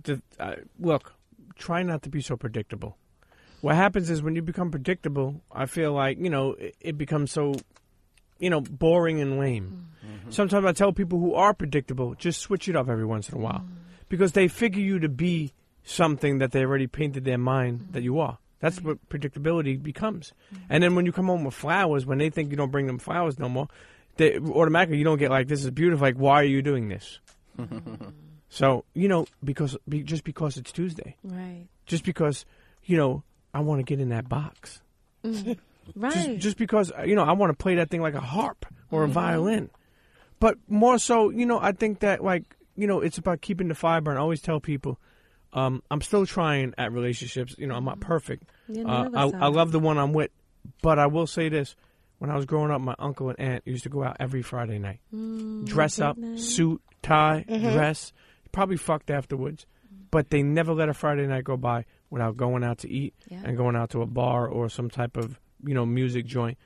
to, uh, look, try not to be so predictable. What happens is when you become predictable, I feel like, you know, it, it becomes so, you know, boring and lame. Mm-hmm. Sometimes I tell people who are predictable, just switch it up every once in a while because they figure you to be something that they already painted their mind that you are. That's what predictability becomes. And then when you come home with flowers, when they think you don't bring them flowers no more, they automatically you don't get like this is beautiful. Like why are you doing this? so you know because be, just because it's Tuesday, right just because you know I want to get in that box, right just, just because uh, you know I want to play that thing like a harp or a violin. But more so, you know, I think that like you know it's about keeping the fire burn. I always tell people. Um, I'm still trying at relationships. You know, I'm not perfect. Yeah, Uh, none of I, us I are. love the one I'm with, but I will say this: when I was growing up, my uncle and aunt used to go out every Friday night, dress up, suit, tie, Mm-hmm. dress, probably fucked afterwards, but they never let a Friday night go by without going out to eat Yeah. and going out to a bar or some type of you know music joint,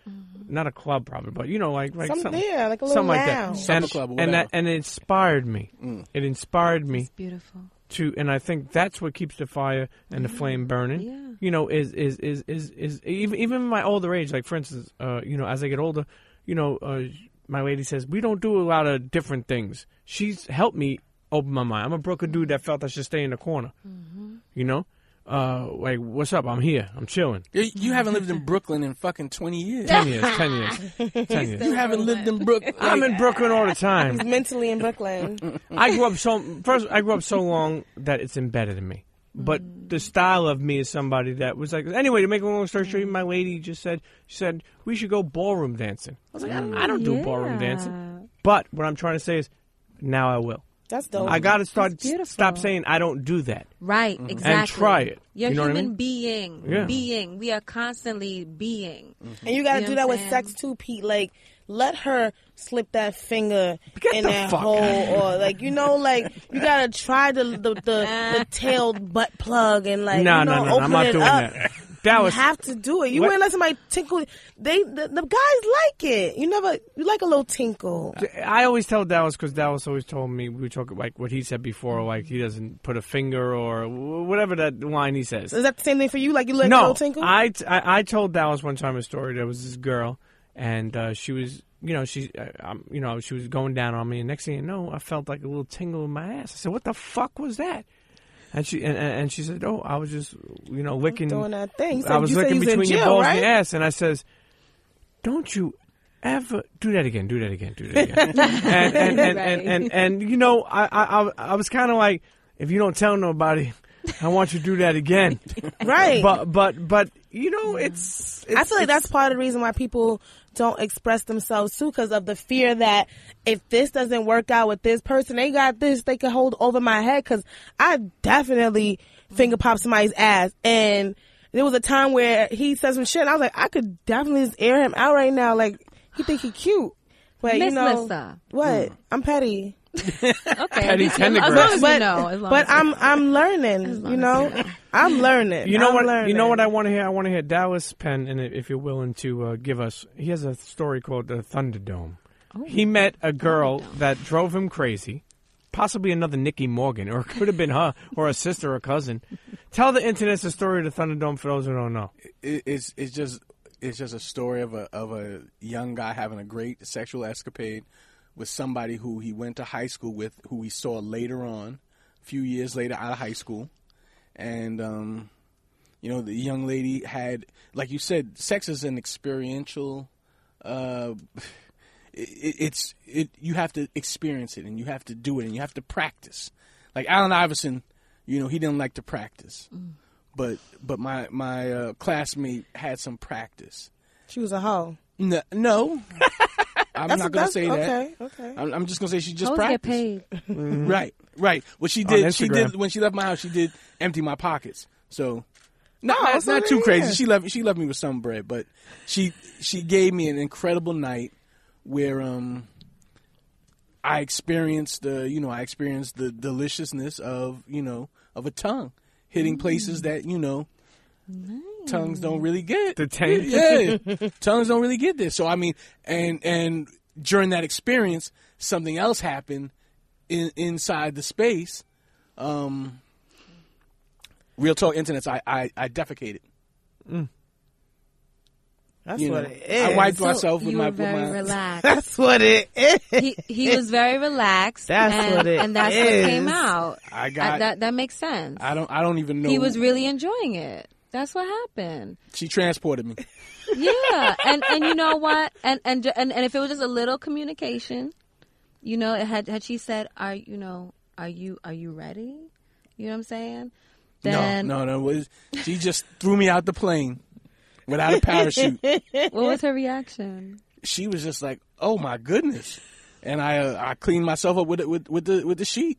not a club probably, but you know like like Something, something. yeah, like a little Something like that, lounge. Supper and, club or and that whatever. Mm. and it inspired me. It inspired me beautiful to and I think that's what keeps the fire and the flame burning. Yeah. You know, is is is is is even even in my older age, like for instance, uh, you know, as I get older, you know, uh, my lady says we don't do a lot of different things. She's helped me open my mind. I'm a broken dude that felt I should stay in the corner. You know, uh, like what's up? I'm here. I'm chilling. You you haven't lived in Brooklyn in fucking 20 years. Ten years. Ten years. Ten years. You haven't lived in Brooklyn. I'm in Brooklyn all the time. mentally in Brooklyn. I grew up so first. I grew up so long that it's embedded in me. But Mm. the style of me is somebody that was like. Anyway, to make a long story short, Mm. my lady just said she said we should go ballroom dancing. I was like, I don't, I don't do ballroom dancing. But what I'm trying to say is, now I will. Mm. That's dope. I got to start beautiful. stop saying I don't do that. Right, exactly. Mm-hmm. try it. You're You know what I human mean? being. Yeah. Mm. Being. We are constantly being. and you got to You know do what that I'm with saying? sex too, Pete. Like, let her slip that finger Get in the that fuck hole, outta here. or like you know, like you gotta try the the, the, Uh. the tailed butt plug and like no, Uh, you no, know, no, no, open I'm not it doing up. that. That was you have to do it. You What- wouldn't let somebody tinkle. They the, the guys like it. You never you like a little tinkle. I always tell Dallas because Dallas always told me we were talking like what he said before, like he doesn't put a finger or wh- whatever that line he says. Is that the same thing for you? Like you let a no, little tinkle? I, t- I I told Dallas one time a story. There was this girl, and uh, she was, you know, she, uh, um, you know, she was going down on me. And next thing you know, I felt like a little tingle in my ass. I said, "What the fuck was that?" And she and, and and she said, "Oh, I was just, you know, licking doing that thing. You I said- was you said licking you was in between your jail, balls and right? your ass." And I says, "Don't you." Ever do that again? Do that again? Do that again? and, and, and, and, and and you know, I I I- I was kind of like, if you don't tell nobody, I want you to do that again right. but but but you know it's, it's I feel like that's part of the reason why people don't express themselves too, because of the fear that if this doesn't work out with this person, they got this, they can hold over my head. Because I definitely finger popped somebody's ass, and there was a time where he said some shit, and I was like, I could definitely just air him out right now. Like he think he cute, but you Miss know Lissa. what? I'm petty. Okay. Petty As long as but you know. As long but as you I'm I'm learning. long You as know, I'm learning. you know I'm what Learning. you know what I want to hear. I want to hear Dallas Penn, and if you're willing to uh, give us, he has a story called the Thunderdome. Oh. He met a girl that drove him crazy, possibly another Nikki Morgan, or it could have been her, or a sister, or cousin. Tell the internet the story of the Thunderdome for those who don't know. It- it's, it's just it's just a story of a of a young guy having a great sexual escapade with somebody who he went to high school with, who he saw later on, a few years later out of high school, and um, you know the young lady had, like you said, sex is an experiential. Uh, it, it's it you have to experience it and you have to do it and you have to practice. Like Allen Iverson, you know he didn't like to practice, but but my my uh, classmate had some practice. She was a hoe. No, no. I'm That's not what- gonna that's- say that. okay, okay. I'm, I'm just gonna say she just Hoes get practiced. paid. Right, right. Well, she On did. She Instagram. did when she left my house. She did empty my pockets. So, no, Oh, it's so not too there- crazy. yeah. She left. She left me with some bread, but she she gave me an incredible night where um I experienced the you know I experienced the deliciousness of you know of a tongue hitting Mm. places that you know. Tongues don't really get The tank. yeah, tongues don't really get this. So I mean, and and during that experience, something else happened in, inside the space. Um, real talk, internets. I I, I defecated. Mm. That's You what know, it is. I wiped myself with You my, were with very my relaxed. That's what it is. he, he was very relaxed. That's and, what it And that's what came is. out. I Uh, got. that that makes sense. I don't. I don't even know. He was really enjoying it. That's what happened. she transported me. Yeah, and and you know what? And and ju- and and if it was just a little communication, you know, it had had she said, "Are you know, are you are you ready?" You know what I'm saying? Then no, no, no. it was- she just threw me out the plane without a parachute. what was her reaction? she was just like, "Oh my goodness," and I uh, I cleaned myself up with it with with the with the sheet,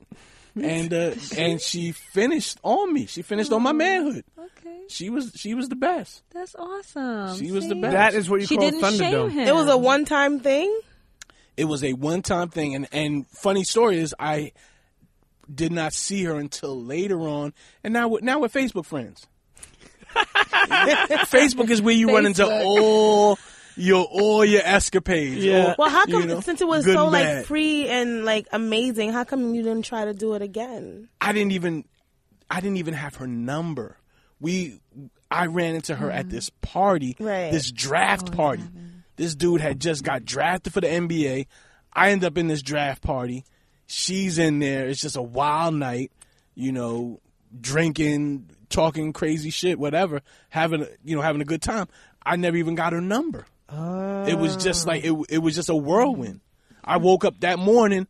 and uh, and she finished on me. She finished on my manhood. Okay, She was she was the best. that's awesome. She was the See? Oh. best. That is what you She call didn't shame Thunderdome. him. It was a one-time thing. It was a one time thing, and and funny story is I did not see her until later on, and now we're, now we're Facebook friends. Facebook is where you run into Facebook. all your all your escapades. Yeah. All- Well, how you come know, since it was good so and like bad. free and like amazing, how come you didn't try to do it again? I didn't even I didn't even have her number. We I ran into her at this party, Right. this draft party. This dude had just got drafted for the NBA. I end up in this draft party. She's in there. It's just a wild night, you know, drinking, talking crazy shit, whatever, having a, you know having a good time. I never even got her number. It was just like it. It was just a whirlwind. I woke up that morning,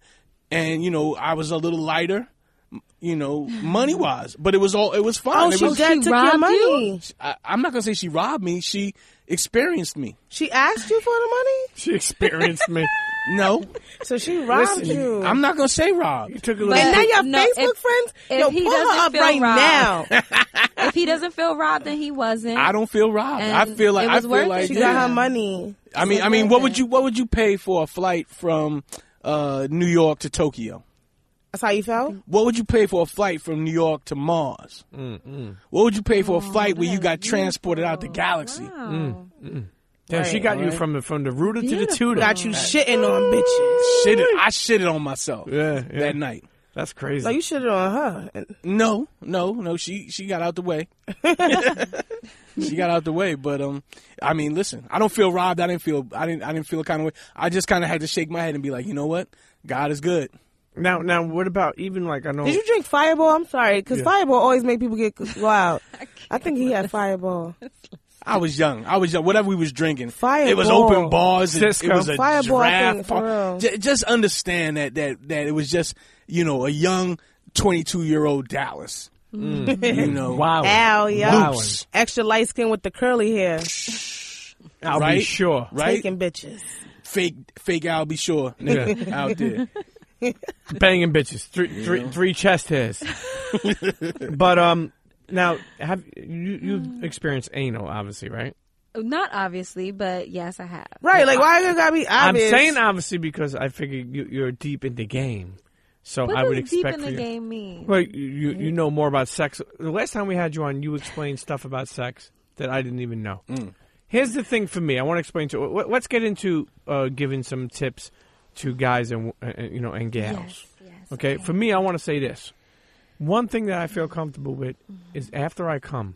and you know I was a little lighter, m- you know, money wise. But it was all. It was fine. Oh, It she was- dead she took your robbed money. you? I, I'm not gonna say she robbed me. She experienced me. She asked you for the money, She experienced me. No, so she robbed Listen, you. I'm not gonna say robbed. Took a But- little. and now your No, Facebook if- friends, if yo, he pull doesn't her up feel right robbed. now. if he doesn't feel robbed, then he wasn't. I don't feel robbed. I And feel like it I was worth feel it. like She Yeah. got her money. I mean, It's I mean, worth what it. would you what would you pay for a flight from uh, New York to Tokyo? That's how you felt. What would you pay for a flight from New York to Mars? What would you pay for a flight where you got transported out the galaxy? Wow. Damn, she got you Alright. from the from the rooter to the tutor. Got you shitting on bitches. Shitted, I shitted on myself Yeah, yeah. that night. That's crazy. So Oh, you shitted on her. And- No, no, no. She she got out the way. she got out the way, but um, I mean, listen, I don't feel robbed. I didn't feel I didn't I didn't feel a kind of way. I just kind of had to shake my head and be like, you know what, God is good. now, now, what about even like I know? Oh. Did you drink Fireball? I'm sorry, because Fireball always make people get wild. I think he had Fireball. I was young. I was young. Whatever we was drinking, It was Fireball. open bars. and Cisco. It was a Fireball draft thing, for par- real. J- just understand that that that it was just you know a young twenty two year old Dallas. You Mm. know, Wow. Ow, yeah. Whoops. Extra light skin with the curly hair. I'll be right? sure. right? Taking bitches. Fake fake. I'll be sure, nigga, out there. Banging bitches. Three, three, three chest hairs. but um, now have you you've experienced anal, obviously, right? Not obviously, but yes, I have. Right, like why you gotta be obvious? I'm saying obviously because I figure you, you're deep in the game, so What I would does deep expect in for the you. game mean? Well, you you- you know more about sex. The last time we had you on, you explained stuff about sex that I didn't even know. Here's the thing for me. I want to explain to. let- Let's get into uh, giving some tips to guys and uh, you know and gals. Yes, yes. Okay. For me, I want to say this. One thing that I feel comfortable with is after I come,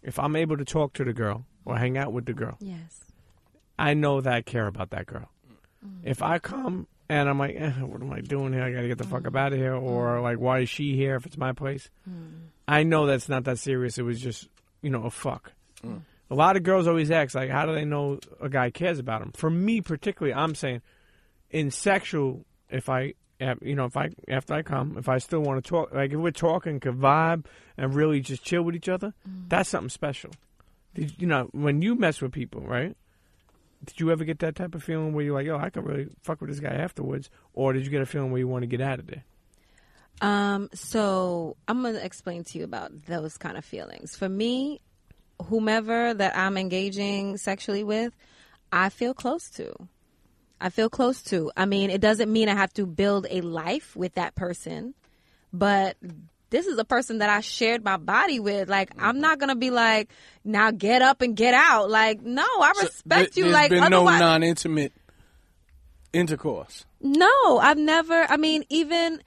if I'm able to talk to the girl, or hang out with the girl, Yes. I know that I care about that girl. If I come and I'm like, eh, what am I doing here? I got to get the fuck up out of here. Or like, why is she here if it's my place? I know that's not that serious. It was just, you know, a fuck. A lot of girls always ask, like, how do they know a guy cares about them? For me, particularly, I'm saying in sexual, if I, af- you know, if I, after I come, if I still want to talk, like if we're talking, could vibe and really just chill with each other, that's something special. Did, you know, when you mess with people, right? Did you ever get that type of feeling where you're like, yo, I could really fuck with this guy afterwards? Or did you get a feeling where you want to get out of there? Um, so I'm gonna explain to you about those kind of feelings. For me, whomever that I'm engaging sexually with, I feel close to. I feel close to. I mean, it doesn't mean I have to build a life with that person, but this is a person that I shared my body with. Like, Mm-hmm. I'm not gonna be like, now get up and get out. Like, no, I respect There- you. There's Like, been no otherwise, non-intimate intercourse. no, I've never. I mean, even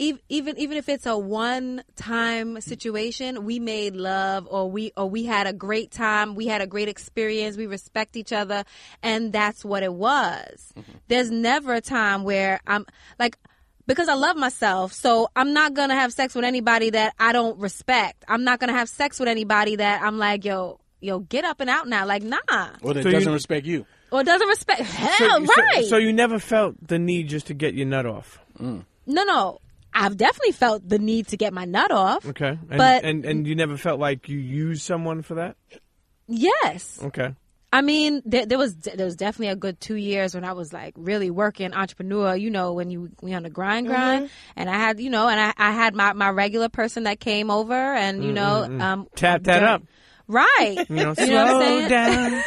ev- even even if it's a one time situation, we made love or we or we had a great time, we had a great experience, we respect each other, and that's what it was. Mm-hmm. There's never a time where I'm like because I love myself, so I'm not gonna have sex with anybody that I don't respect. I'm not gonna have sex with anybody that I'm like, yo, yo, get up and out now. Like, nah. Or that So you- doesn't respect you. Or doesn't respect hell, so, right. So you never felt the need just to get your nut off. No, no. I've definitely felt the need to get my nut off. Okay. And, But- and, and you never felt like you used someone for that? Yes. Okay. I mean, there, there was there was definitely a good two years when I was like really working entrepreneur. You know, when you we on the grind, Mm-hmm. grind, and I had you know, and I, I had my my regular person that came over, and you know, um, Mm, Tap that during- up. right? You know, You know what I'm slow saying? down.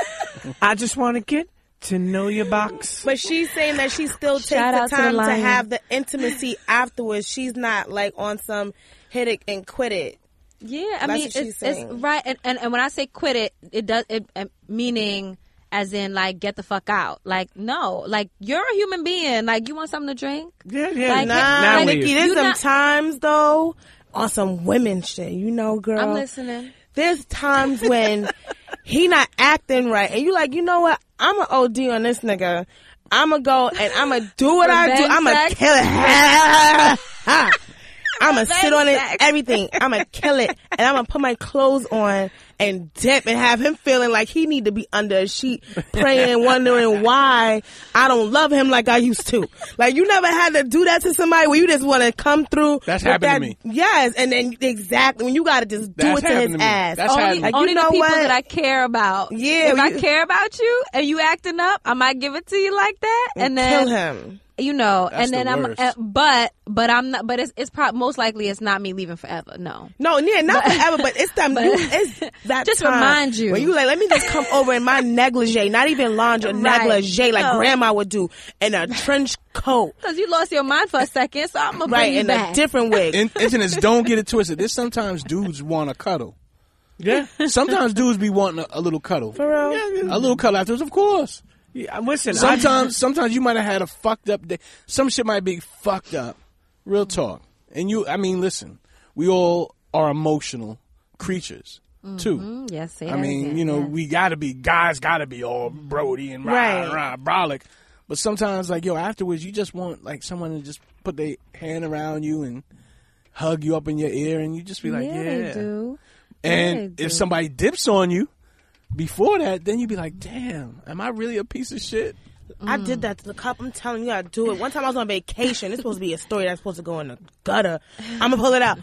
I just want to get to know your box. But she's saying that she still takes Shout out the to the time to, lion. have the intimacy afterwards. She's not like on some hit it and quit it. Yeah, That's I mean, what she's it's, it's saying. right, and, and and when I say quit it, it does it uh, meaning as in like get the fuck out. Like no, like you're a human being. Like you want something to drink? Yeah, yeah. Like, Nah, Now we- Nikki, there's you some not- times though on some women shit. You know, girl. I'm listening. There's times when he not acting right, and you like, you know what? I'm a OD on this nigga. I'ma go and I'ma do what I do. Revenge I'ma sex? kill it. I'ma sit on it, sex. everything. I'ma kill it, and I'ma put my clothes on and dip and have him feeling like he need to be under a sheet, praying, wondering why I don't love him like I used to. Like you never had to do that to somebody where you just want to come through. That's with happened to that- me. Yes, and then exactly when you got to just do That's it to happened his to me. ass. That's only, happening. Like, you only know the people what? that I care about. Yeah, if I you- care about you and you acting up, I might give it to you like that, and, then kill him. you know, That's and then the I'm, worst. uh, but but I'm not, but it's it's prob- most likely it's not me leaving forever. No, No, yeah, not forever, but it's time. you, it's that Just time remind you. When you like, let me just come over in my negligee, not even lingerie, Right. negligee like No. grandma would do, and a trench coat, because you lost your mind for a second, so I'm gonna right, bring you and back. a different wig. In- Internet, don't get it twisted. There's sometimes dudes want to cuddle. yeah. Sometimes dudes be wanting a, a little cuddle. For real. A little cuddle afterwards, of course. yeah. Listen, I- Sometimes, sometimes you might have had a fucked up day. Some shit might be fucked up. Real talk. And you, I mean, listen, we all are emotional creatures too. Mm-hmm. Mm, yes, say I that mean, again, you know, yes. we gotta be guys. Gotta be all Brody and rah Right. rah brolic. But sometimes, like yo, afterwards, you just want like someone to just put their hand around you and hug you up in your ear, and you just be like, yeah. yeah, they do. Yeah, And they if do. somebody dips on you before that, then you'd be like, damn, am I really a piece of shit? I did that to the cup. I'm telling you, I do it. One time I was on vacation. It's supposed to be a story that's supposed to go in the gutter. I'm gonna pull it out.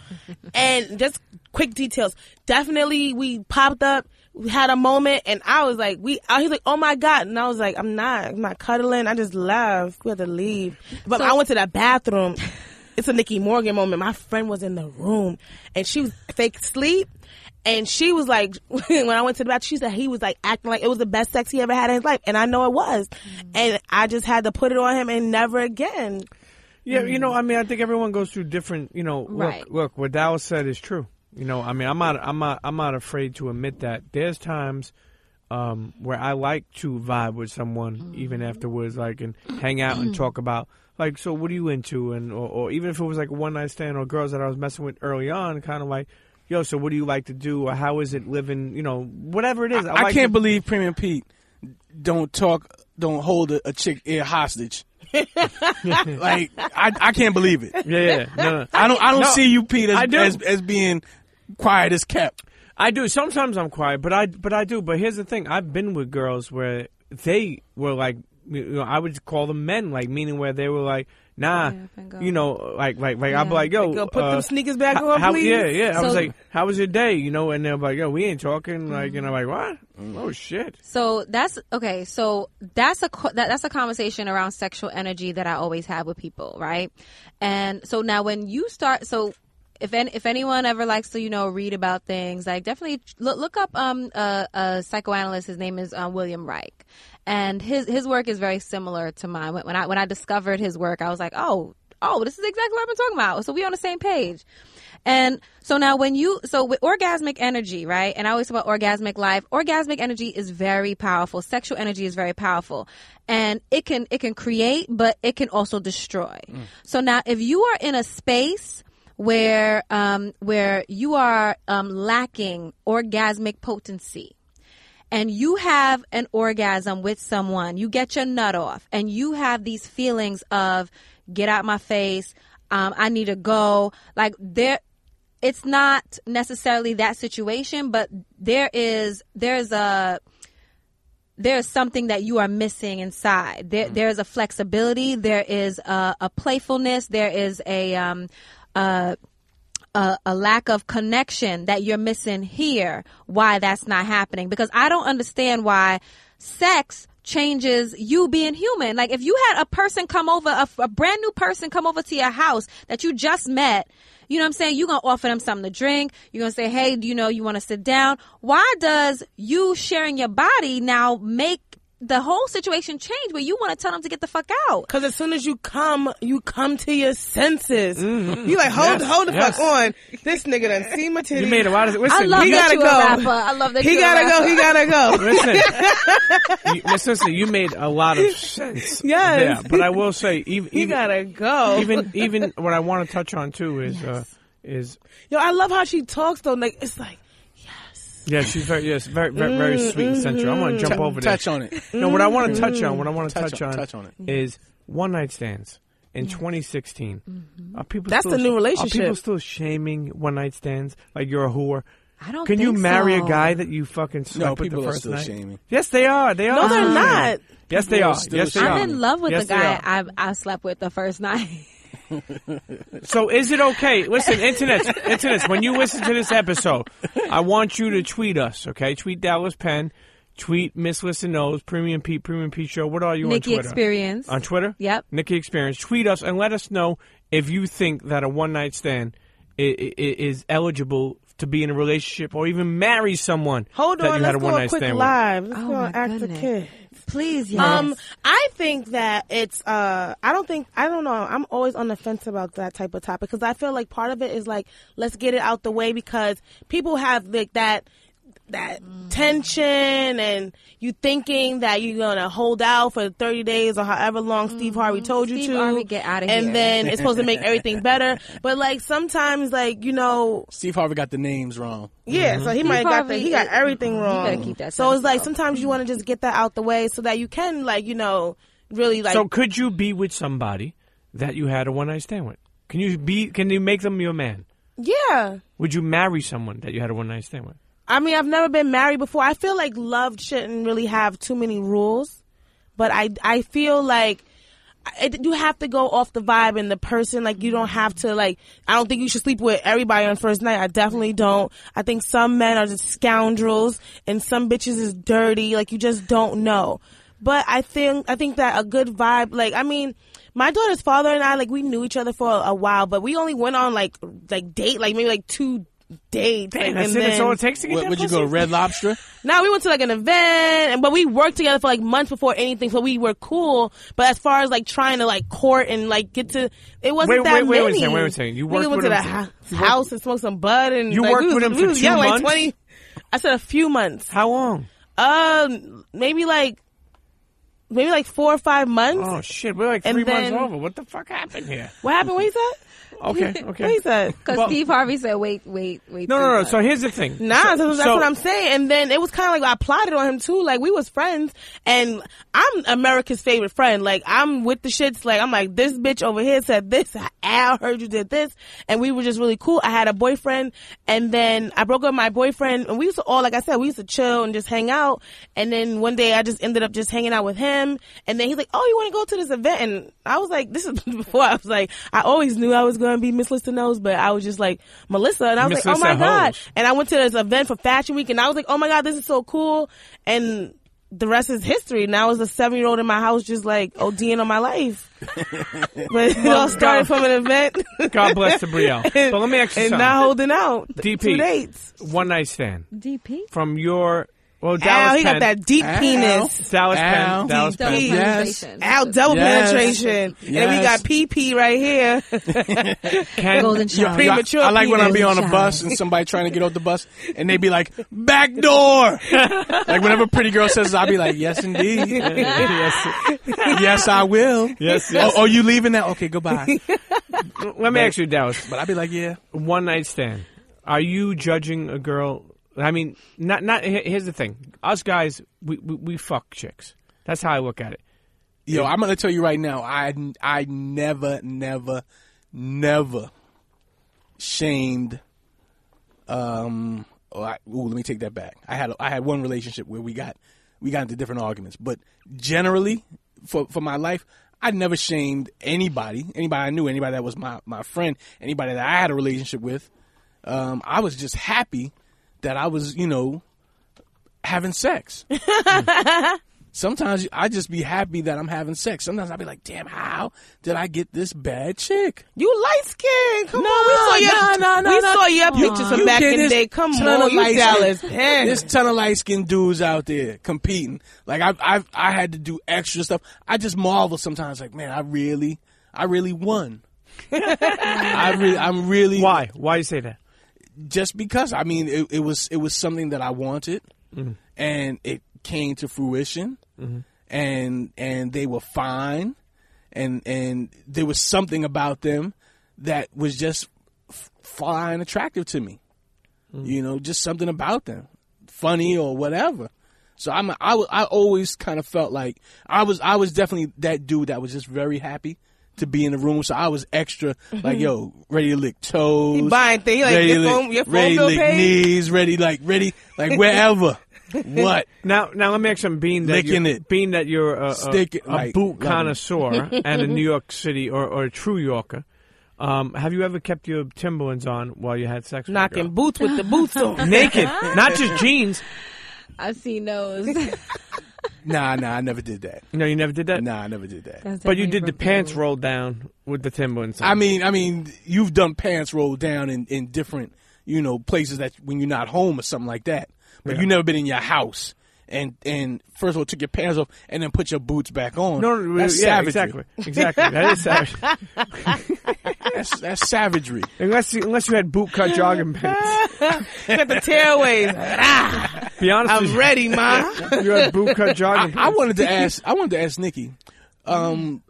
And just quick details. Definitely, we popped up. We had a moment, and I was like, "We." I- He's like, "Oh my god!" And I was like, "I'm not. I'm not cuddling. I just left. We had to leave." But I went to the bathroom. It's a Nikki Morgan moment. My friend was in the room, and she was fake sleep. And she was like, when I went to the bathroom, she said he was like acting like it was the best sex he ever had in his life. And I know it was. Mm. And I just had to put it on him and never again. Yeah, you Mm. know, I mean, I think everyone goes through different. You know, Right. look, look, what Dallas said is true. You know, I mean, I'm not, I'm not, I'm not afraid to admit that there's times um, where I like to vibe with someone even Mm. afterwards, like and hang out and talk about like, so what are you into, and or, or even if it was like a one night stand or girls that I was messing with early on, kind of like, yo, so what do you like to do, or how is it living, you know, whatever it is. I, like can't to- believe Premium Pete don't talk, don't hold a, a chick ear hostage. like I, I can't believe it. Yeah, yeah, yeah. no, no. I don't, I don't No, see you, Pete, I as, do. as as being quiet as kept. I do. Sometimes I'm quiet, but I but I do. But here's the thing: I've been with girls where they were like, you know, I would call them men, like meaning where they were like, nah, Hurry up and go. you know, like like like I'd be Yeah. like, yo, Like, yo, put uh, them sneakers back ho- on, how- please. Yeah, yeah. I was So- like, how was your day? You know, and they're like, yo, we ain't talking. Like, and I'm like, what? Mm. Oh shit. So that's okay. So that's a co- that, that's a conversation around sexual energy that I always have with people, right? And so now when you start, so if any, if anyone ever likes to you know read about things, like definitely look, look up um a, a psychoanalyst. His name is um, William Reich, and his his work is very similar to mine. When when I when I discovered his work, I was like, oh oh, this is exactly what I've been talking about. So we on the same page. And so now when you so with orgasmic energy, right? And I always talk about orgasmic life. Orgasmic energy is very powerful. Sexual energy is very powerful. And it can it can create, but it can also destroy. So now if you are in a space where um where you are um lacking orgasmic potency, and you have an orgasm with someone, you get your nut off, and you have these feelings of get out my face, um, I need to go. Like there, it's not necessarily that situation, but there is there's a there's something that you are missing inside. There, there is a flexibility. There is a, a playfulness. There is a um, uh, a, a lack of connection that you're missing here why that's not happening because i don't understand why sex changes you being human like if you had a person come over a, a brand new person come over to your house that you just met you know what i'm saying you're gonna offer them something to drink you're gonna say hey do you know you want to sit down why does you sharing your body now make the whole situation change where you want to tell them to get the fuck out Because as soon as you come, you come to your senses. You like hold hold the Mm-hmm. Yes. fuck on. This nigga done see my titties. You made a lot of. Listen, I love he that gotta you a go. rapper. I love that He you a gotta go. rapper. He gotta go. Listen, you, listen, you made a lot of sense. Yes. there. but I will say, even He even, gotta go. even even what I want to touch on too is uh, is Yo, I love how she talks though. Like it's like yeah, she's very yes, very very, very sweet and sensual. I want to jump over Touch there. on it. No, what I want to touch on, what I want to Touch touch, on- on, touch on it. is one night stands in 2016. Are people That's still, the new Are relationship. people still shaming one night stands like you're a whore? I don't Can you think marry so. a guy that you fucking slept with people the are first still night? shaming. Yes, they are. They are. no, they're shaming. not. Yes, they are. still Yes, they shaming. are. Yeah. I'm in love with yes, the they guy are. I, I slept with the first night. So is it okay? Listen, internet, internet. When you listen to this episode, I want you to tweet us. Okay, tweet Dallas Penn, tweet Miss Listen Knows, Premium Pete, Premium Pete Show. What are you Nikki on Twitter? Experience. on Twitter. Yep. Nikki Experience. Tweet us and let us know if you think that a one night stand is, is eligible to be in a relationship or even marry someone. Hold that on, you had let's a go one a night quick stand live. Let's Oh go my on Act the goodness. Kid. Please, yes. Um, I think that it's. Uh, I don't think. I don't know. I'm always on the fence about that type of topic because I feel like part of it is like let's get it out the way because people have like that that Mm. tension and you thinking that you're gonna hold out for 30 days or however long Steve Harvey told you Mm-hmm. Steve to. Harvey, get outta and here. then it's supposed to make everything better. But like sometimes, like you know, Steve Harvey got the names wrong. yeah, so he, might got the, probably- he got everything wrong. better keep that so to it's like yourself. sometimes you want to just get that out the way so that you can like you know really like So could you be with somebody that you had a one night stand with? Can you be? Can you make them your man? yeah. Would you marry someone that you had a one night stand with? I mean, I've never been married before. I feel like love shouldn't really have too many rules, but I I feel like. It, you have to go off the vibe and the person. Like you don't have to like. I don't think you should sleep with everybody on first night. I definitely don't. I think some men are just scoundrels and some bitches is dirty. Like you just don't know. But I think I think that a good vibe. Like I mean, my daughter's father and I like we knew each other for a, a while, but we only went on like like date like maybe like two dates. like, And that's and it. That's then- all it takes to get What, that would you pussy? go Red Lobster? now we went to like an event, and but we worked together for like months before anything, so we were cool. But as far as like trying to like court and like get to, it wasn't Wait, that wait, many. wait, wait a second, wait a second. You Nigga worked went with to him the for- hou- you worked- house and smoked some bud, and You like, worked we was, with him we for was two young, like months? twenty. I said a few months. How long? Um, maybe like maybe like four or five months. Oh shit, we're like And three then- months over. What the fuck happened here? What happened? What you said? Okay, okay. What he said? Because Well- Steve Harvey said, "Wait, wait, wait." No, too no, no. much." So here's the thing. Nah, so, that's so- what I'm saying. And then it was kind of like I plotted on him too. Like we was friends, and I'm America's favorite friend. Like I'm with the shits. Like I'm like this bitch over here said this. Al heard you did this, and we were just really cool. I had a boyfriend, and then I broke up with my boyfriend, and we used to all like I said we used to chill and just hang out. And then one day I just ended up just hanging out with him, and then he's like, "Oh, you want to go to this event?" And I was like, "This is before." I was like, I always knew I was going to be Miss Lista Knows, but I was just like Melissa, and I was Miss like, "Oh my Lista god." Hoes. And I went to this event for Fashion Week, and I was like, "Oh my god, this is so cool!" And the rest is history. Now as a seven year old in my house, just like ODing on my life. but it all started from an event. God bless the Brielle. And- but let me ask you and something. not holding out. DP. Two dates. One night stand DP. from your well, Dallas Ow, he got Penn. that deep Ow. penis. Dallas Ow. Penn. Dallas Double Penn. Yes. penetration. Ow, double Yes. penetration. And then we Yes. got PP right here. Can- Golden shower. Yo, I- Premature I, like when I be penis. on a bus and somebody trying to get off the bus and they be like, back door. like whenever a pretty girl says, I'll be like, yes, indeed. yes, I will. Yes, yes. Oh, oh, you leaving now? Okay, goodbye. Let me ask you, Dallas. But I'll be like, yeah. One night stand. Are you judging a girl? I mean, not not. here- Here's the thing. Us guys, we we, we fuck chicks. That's how I look at it. Yo, I'm going to tell you right now, I, I never, never, never shamed. Um, oh, I, ooh, let me take that back. I had, I had one relationship where we got, we got into different arguments, but generally for, for my life, I never shamed anybody, anybody I knew, anybody that was my, my friend, anybody that I had a relationship with. Um, I was just happy that I was, you know, having sex. Sometimes I just be happy that I'm having sex. Sometimes I'll be like, damn, how did I get this bad chick? You light skinned. Come No, on, we saw your, no, no, we no. saw your pictures You from back get in the this day. Come ton on, of you light-skinned- Dallas Penn. There's ton of light skinned dudes out there competing. Like I've, I've, I had to do extra stuff. I just marvel sometimes. Like man, I really, I really won. I really, I'm really Why? Why you say that? just because. I mean, it, it was, it was something that I wanted, and it came to fruition, and and they were fine, and and there was something about them that was just f- fine attractive to me Hmm. you know, just something about them, funny or whatever. So I'm, I, wa- I always kind of felt like I was, I was definitely that dude that was just very happy to be in the room. So I was extra, like, yo, ready to lick toes, He buying things, like, ready your to lick- phone- your phone ready to bill lick paid? knees, ready, like, ready, like wherever, what. Now, now let me ask you something. Being that Licking you're, it. being that you're a, a- Stick it a like boot leather. connoisseur and a New York City or, or a true Yorker, um, have you ever kept your Timberlands on while you had sex? with a Knocking girl? boots with the boots on. naked, not just jeans. I've seen those. Nah, nah, I never did that. No, you never did that. Nah, I never did that. That's But you definitely did the from pants people. roll down with the Timberlands. on. I mean, I mean, you've done pants roll down in, in different, you know, places that when you're not home or something like that. But Yeah. you've never been in your house and and first of all took your pants off and then put your boots back on. no, no, that's yeah, savagery. exactly, exactly. That is savage. That's, that's savagery. unless you, unless you had boot cut jogging pants. Got the tearaways. Ah, Be honest, with I'm you, ready, ma. You had boot cut jogging. I, I pants. wanted to ask. I wanted to ask Nikki. Um,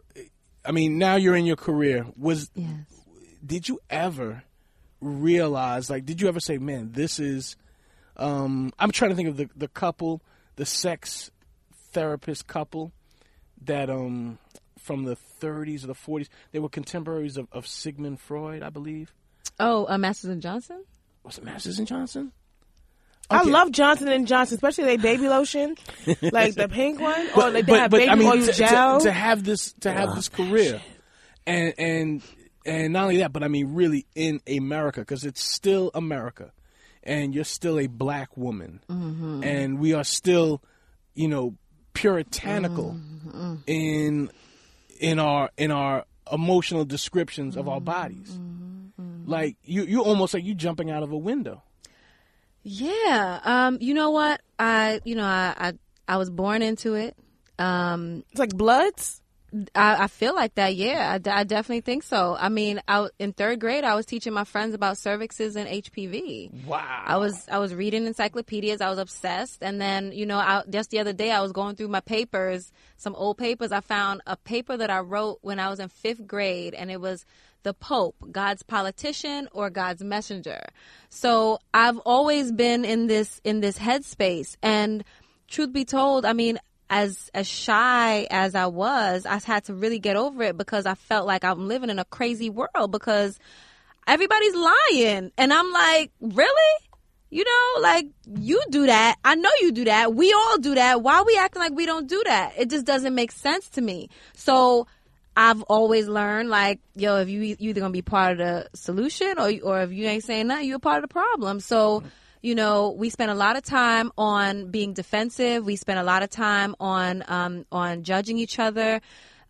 I mean, now you're in your career. Was Yes. did you ever realize like did you ever say man this is um i'm trying to think of the the couple the sex therapist couple that um from the 30s or the 40s they were contemporaries of, of sigmund freud i believe Oh, uh, Masters and Johnson. was it masters and johnson I Okay. love Johnson and Johnson, especially their baby lotion, like the pink one, or like they have baby oil to, to- gel. To, have this to have this career, and and and not only that, but I mean really in America because it's still America, and you're still a black woman, Mm-hmm. and we are still, you know, puritanical Mm-hmm. in in our in our emotional descriptions of our bodies. Mm-hmm. Like you, you almost like you jumping out of a window. Yeah. Um. You know what? I. You know. I. I, I was born into it. Um. it's like bloods. I, I feel like that. Yeah, I, de- I definitely think so. I mean, I, in third grade, I was teaching my friends about cervixes and HPV. Wow. I was I was reading encyclopedias. I was obsessed, and then you know, I, just the other day, I was going through my papers, some old papers. I found a paper that I wrote when I was in fifth grade, and it was the Pope, God's politician, or God's messenger. So I've always been in this in this headspace, and truth be told, I mean, as as shy as I was, I had to really get over it because I felt like I'm living in a crazy world because everybody's lying, and I'm like, really? You know, like you do that. I know you do that. We all do that. Why we acting like we don't do that? It just doesn't make sense to me. So I've always learned, like, yo, if you e, you either gonna be part of the solution or or if you ain't saying nothing, you're part of the problem. So, you know, we spend a lot of time on being defensive. We spend a lot of time on um, on judging each other,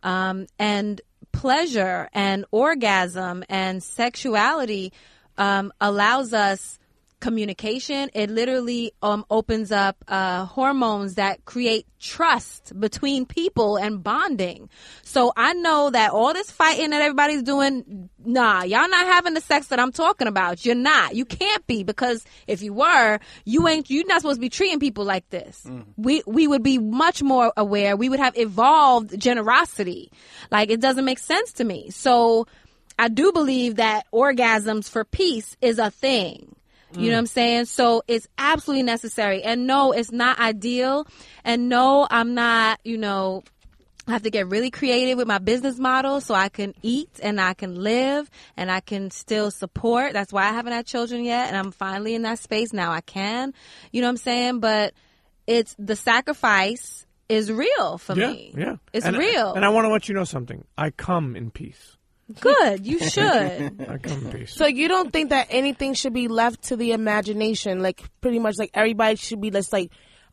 um, and pleasure and orgasm and sexuality um, allows us communication. It literally um, opens up uh, hormones that create trust between people and bonding. So I know that all this fighting that everybody's doing, nah, y'all not having the sex that I'm talking about. You're not. You can't be because if you were, you ain't. You're not supposed to be treating people like this. We we would be much more aware. We would have evolved generosity. Like it doesn't make sense to me. So. I do believe that orgasms for peace is a thing. You know what I'm saying? So it's absolutely necessary. And no, it's not ideal. And no, I'm not, you know, I have to get really creative with my business model so I can eat and I can live and I can still support. That's why I haven't had children yet. And I'm finally in that space now. I can. You know what I'm saying? But it's the sacrifice is real for Yeah, me. yeah. It's And I- real. and I want to let you know something. I come in peace. Good. You should. I come in peace. So you don't think that anything should be left to the imagination? Like pretty much like everybody should be just like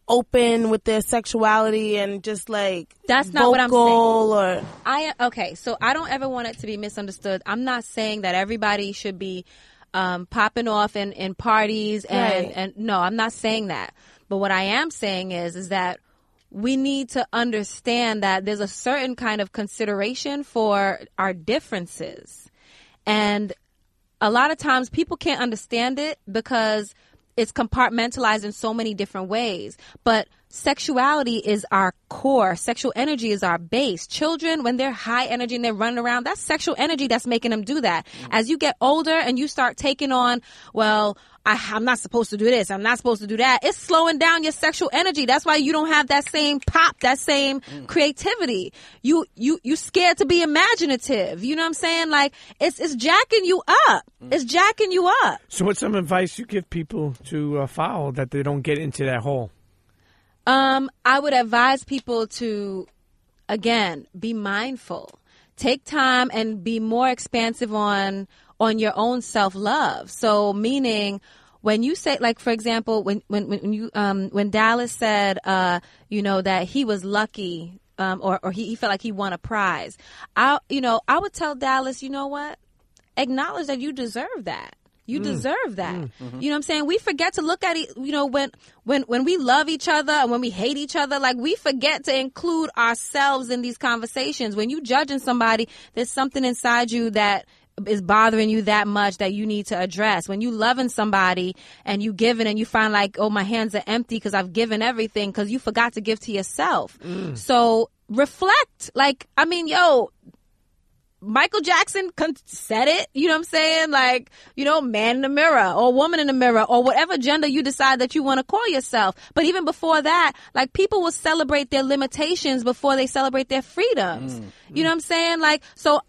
open with their sexuality and just like That's not what I'm saying. vocal Or I okay, so I don't ever want it to be misunderstood. I'm not saying that everybody should be um, popping off in, in parties and, Right. and no, I'm not saying that. But what I am saying is is that we need to understand that there's a certain kind of consideration for our differences. And a lot of times people can't understand it because it's compartmentalized in so many different ways. But sexuality is our core. Sexual energy is our base. Children, when they're high energy and they're running around, that's sexual energy that's making them do that. As you get older and you start taking on, well, I, I'm not supposed to do this. I'm not supposed to do that. It's slowing down your sexual energy. That's why you don't have that same pop, that same creativity. You you you scared to be imaginative. You know what I'm saying? Like it's it's jacking you up. It's jacking you up. So, what's some advice you give people to uh, follow that they don't get into that hole? Um, I would advise people to, again, be mindful. Take time and be more expansive on on your own self love. So, meaning, when you say, like, for example, when when when you um, when Dallas said, uh, you know, that he was lucky, um, or or he, he felt like he won a prize. I, you know, I would tell Dallas, you know what, acknowledge that you deserve that. You deserve that. You know what I'm saying? We forget to look at it, you know, when when when we love each other and when we hate each other, like we forget to include ourselves in these conversations. When you judging somebody, there's something inside you that is bothering you that much that you need to address. When you loving somebody and you giving and you find like, oh, my hands are empty because I've given everything because you forgot to give to yourself. So reflect. Like, I mean, yo, Michael Jackson con- said it. You know what I'm saying? Like, you know, man in the mirror or woman in the mirror or whatever gender you decide that you want to call yourself. But even before that, like people will celebrate their limitations before they celebrate their freedoms. You know what I'm saying? Like, so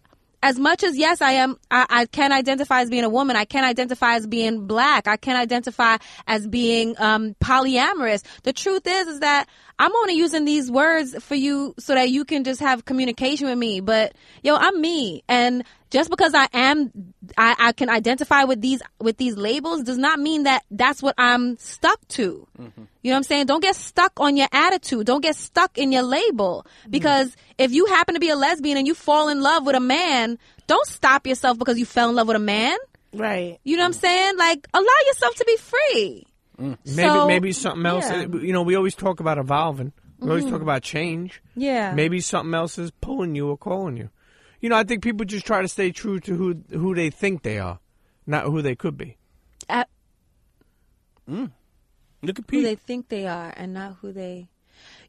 as much as yes, I am, I, I can identify as being a woman. I can identify as being black. I can identify as being um, polyamorous. The truth is, is that I'm only using these words for you so that you can just have communication with me. But yo, I'm me, and just because I am, I, I can identify with these with these labels does not mean that that's what I'm stuck to. You know what I'm saying? Don't get stuck on your attitude. Don't get stuck in your label. Because if you happen to be a lesbian and you fall in love with a man, don't stop yourself because you fell in love with a man. right. You know what I'm saying? Like, allow yourself to be free. Maybe So- maybe something else. Uh, yeah. Mm-hmm. You know, we always talk about evolving. We always talk about change. Yeah. Maybe something else is pulling you or calling you. You know, I think people just try to stay true to who who they think they are, not who they could be. Uh, Look at who they Pete. think they are and not who they.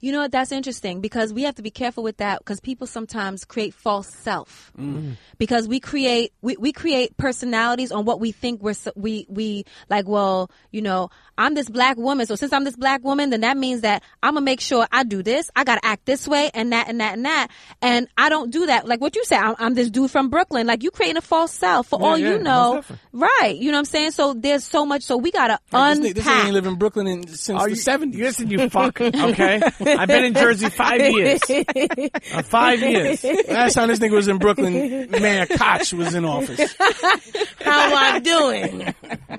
You know what? That's interesting because we have to be careful with that because people sometimes create false self Mm. because we create we, we create personalities on what we think we're so- we we like. Well, you know, I'm this black woman, so since I'm this black woman, then that means that I'm gonna make sure I do this. I gotta act this way and that and that and that, and I don't do that. Like what you said, I'm, I'm this dude from Brooklyn. Like you creating a false self for all yeah, you most know, definitely. right? You know what I'm saying? So there's so much. So we gotta Like, this unpack. nigga- this nigga ain't lived in Brooklyn in, since the You, seventies. listen, you fuck. Okay, I've been in Jersey five years. Uh, five years. Last time this nigga was in Brooklyn, Mayor Koch was in office. How am I doing?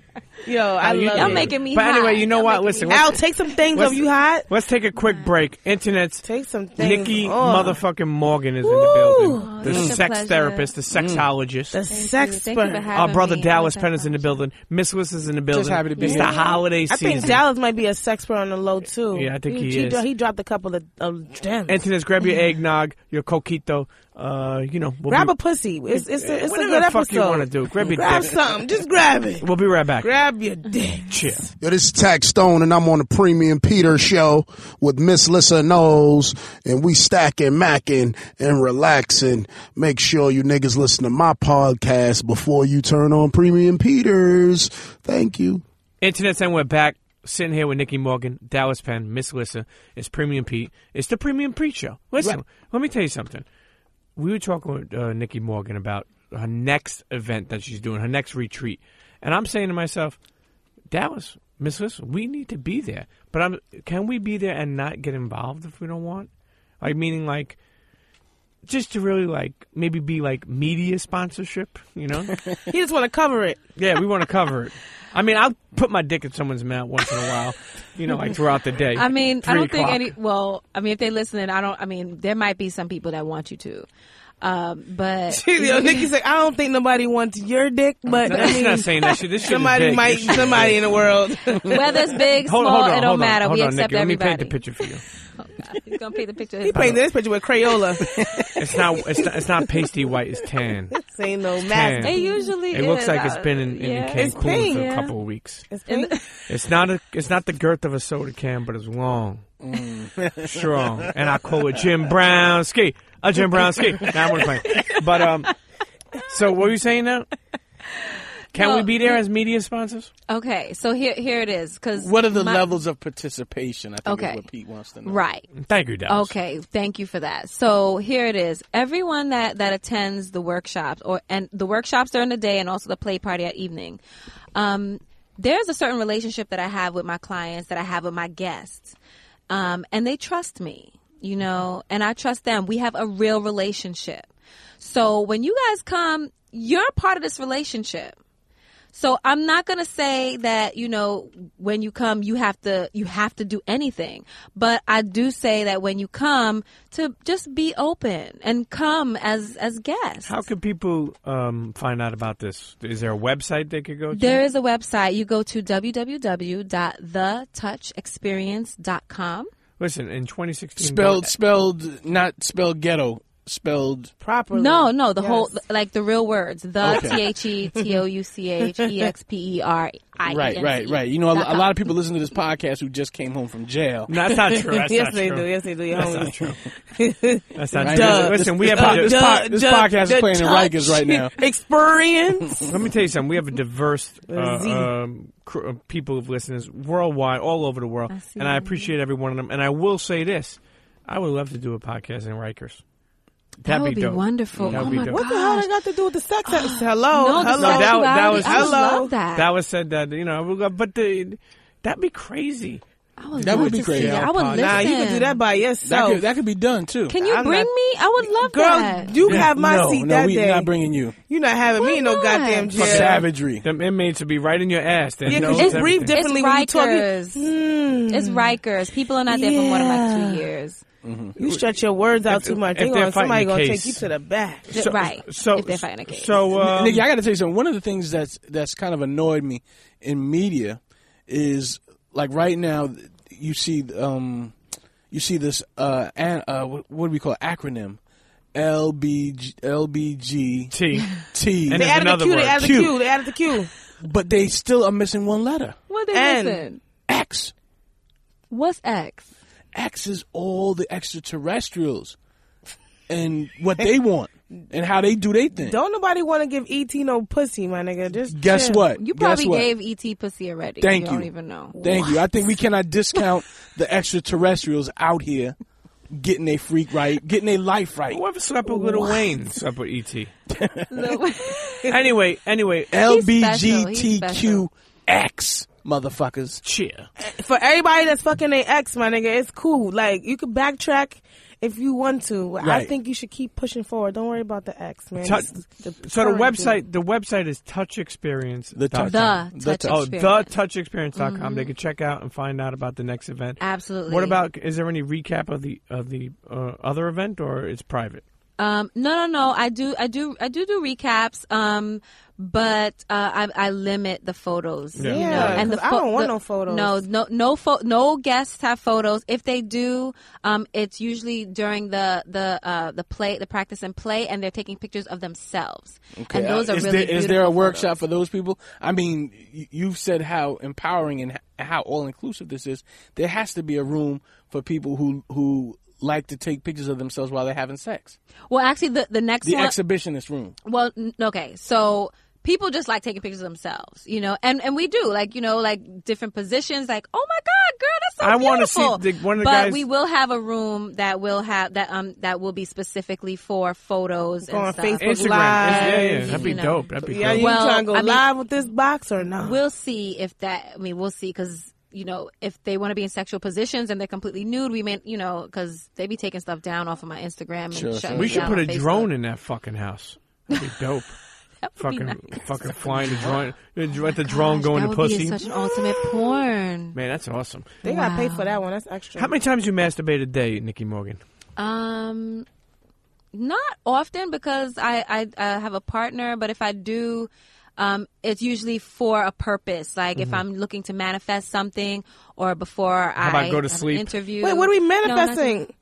Yo, I you love Y'all doing? it. making me But anyway, hot. you know Y'all what? making me Listen, hot. Al, take some things What's- off you hot. Let's take a quick break. Internet's Take some things. Nikki off. motherfucking Morgan is in the building. Oh, the such a sex pleasure. therapist, the sexologist. The Thank you sex for expert. having Our brother me. Dallas It was Penn is in the a pleasure. building. Miss Wiss is in the building. happy to be it's here. the holiday I season. think Dallas might be a sex pro on the low too. Yeah, I think he he, is. dro- he dropped a couple of, of gems. Antonis, grab your eggnog, your coquito. Uh, you know, we'll grab be, a pussy. It's it's a, it's a whatever good the fuck episode. you want to do. Grab your Grab dick. something. Just grab it. We'll be right back. Grab your dick. Cheers. Yo, this is Tax Stone, and I'm on the Premium Peter Show with Miss Lissa Knowles, and we stacking, macking, and relaxing. Make sure you niggas listen to my podcast before you turn on Premium Peters. Thank you. Internet's and we're back. Sitting here with Nikki Morgan, Dallas Penn, Miss Lissa. It's Premium Pete. It's the Premium Pete Show. Listen, let me tell you something. We were talking with uh, Nikki Morgan about her next event that she's doing, her next retreat, and I'm saying to myself, Dallas, Miss Lissa, we need to be there. But I'm, can we be there and not get involved if we don't want? Like meaning like. Just to really like maybe be like media sponsorship, you know? He just want to cover it. Yeah, we want to cover it. I mean, I'll put my dick in someone's mouth once in a while, you know, like throughout the day. I mean, I Three don't think o'clock. any. Well, I mean, if they listen, I don't. I mean, there might be some people that want you to, um, but Yo, Nikki's like, I don't think nobody wants your dick, but I That's mean, not saying that shit. This shit is somebody big. might, This shit is somebody big. in the world. whether it's big, small, Hold on, hold on, it don't hold on, matter. hold we on, accept Nikki, everybody. Let me paint the picture for you. He's gonna paint the picture. he painted this picture with Crayola. It's not, it's not, it's not pasty white. It's tan. Say no mask. It usually It looks is. uh, like it's been in, in Yeah. Cancun It's pink. for a Yeah. couple of weeks. It's pink. It's not a, it's not the girth of a soda can, but it's long, strong, and I call it Jim Brown ski, a Jim Brown ski. Now I'm playing, but um, so what were you saying now? Can we Well, be there as media sponsors? Okay, so here here it is. Because What are the levels of participation? I think Okay. is what Pete wants to know. Right. Thank you, Dallas. Okay, thank you for that. So here it is. Everyone that that attends the workshops or and the workshops during the day and also the play party at evening, um, there's a certain relationship that I have with my clients that I have with my guests, um, and they trust me, you know, and I trust them. We have a real relationship. So when you guys come, you're a part of this relationship. So I'm not going to say that, you know, when you come you have to you have to do anything. But I do say that when you come to just be open and come as as guests. How can people um, find out about this? Is there a website they could go to? there is a website. You go to www.thetouchexperience.com. Listen, in 2016, Spelled, spelled, not spelled ghetto. Spelled. Properly. No, no, the Yes. whole like the real words. The Okay. T H E T O U C H E X P E R I E N C E. Right, right, right. You know, a, a lot of people listen to this podcast who just came home from jail. No, that's not true. That's yes, not they true. do. Yes, they do. Your That's homies. not true. That's not Right? true. Duh. Listen, we this, have this, a this, duh, pod- this duh, podcast is duh, playing in touch. Rikers right now. Experience. Let me tell you something. We have a diverse uh, Z. um, cr- uh, people of listeners worldwide, all over the world, see. and I appreciate every one of them. And I will say this: I would love to do a podcast in Rikers. That'd That would be wonderful. That'd Oh be my dope. What the hell gosh. that got to do with the sex? hello, Oh, No, the hello. that- that sexuality. was- I would Hello. love that. That was said that you know, I would love- but the, that'd be crazy. I would That love would be to great. see that. I would Nah, listen. nah, you can do that by That, yourself. could, that could be done too. Can you I'm bring not- me? I would love Girl, that. you have my no, seat no, that we day. not bringing you. You're not having me in no not? goddamn jail. Yeah. Savagery. Them inmates would be right in your ass. Their Yeah, 'cause nose, it's everything. breathed differently it's when you talk. Rikers. Mm. It's Rikers. People are not there for more than like Yeah. two years. You stretch your words out If- too much. if They they're gonna, somebody fighting gonna the take case. you to the back. Th- right. So if they're fighting a case. So um, Nikki, I got to tell you something. One of the things that's that's kind of annoyed me in media is like right now you see um you see this uh, an, uh what, what do we call it? acronym LBG LBGT T. And They There's added the another Q. They word. added the Q. Q. They added the Q. but they still are missing one letter Well, And- then listen. X What's X? axes all the extraterrestrials and what they want and how they do their thing. Don't nobody want to give ET no pussy, my nigga. Just Guess chill. what? You Guess probably what? gave ET pussy already. Thank you. you. don't even know. Thank you. I think we cannot discount the extraterrestrials out here getting their freak right, getting their life right. Whoever slept with Little Wayne slept with E.T. Look, Anyway, anyway, LBGTQX, motherfuckers. cheer. For everybody that's fucking their ex, my nigga, it's cool. Like you could backtrack if you want to. I Right. think you should keep pushing forward. Don't worry about the ex, man. Tou- Just the So the current website, the website is Touch Experience. The touch. the The touch touch. Oh, the experience. touchexperience.com. They can check out and find out about the next event. Mm-hmm. Absolutely. What about? Is there any recap of the of the uh, other event, or it's private? Um, no, no, no. I do, I do, I do do recaps. Um, but uh, I, I limit the photos. Yeah. you know, Yeah, and the 'cause I don't want the- no photos. No, no, no, pho- no guests have photos. If they do, um, it's usually during the the uh, the play, the practice and play, and they're taking pictures of themselves. Okay. And those are is really there, is there a beautiful workshop photos. for those people? I mean, y- you've said how empowering and h- how all inclusive this is. There has to be a room for people who who like to take pictures of themselves while they're having sex. Well, actually, the the next The one, exhibitionist room. Well, n- okay. So people just like taking pictures of themselves, you know, and and we do like you know like different positions. Like, oh my god, girl, that's so I wanna beautiful. see the- one of the but guys- we will have a room that will have that um that will be specifically for photos Go and on stuff. Facebook. Instagram. Live, yeah, yeah, that'd be you know. dope. That'd be Yeah, dope. you Well, trying to go I mean- live with this box or not? We'll see if that. I mean, we'll see because. You know, if they want to be in sexual positions and they're completely nude, we may, you know, because they be taking stuff down off of my Instagram and Sure, shutting sure. it we should down put a on Facebook. drone in that fucking house. That'd be dope. That would be fucking nice. fucking flying the drone. let the Gosh, drone go that into would pussy. Be such an ultimate porn. Man, that's awesome. they gotta pay for that one. That's extra. How many times you masturbate a day, Nikki Morgan? Um, not often because I I, I have a partner, but if I do. Um, it's usually for a purpose, like Mm-hmm. if I'm looking to manifest something, or before about I go to have an sleep? interview. Wait, what are we No, not- manifesting?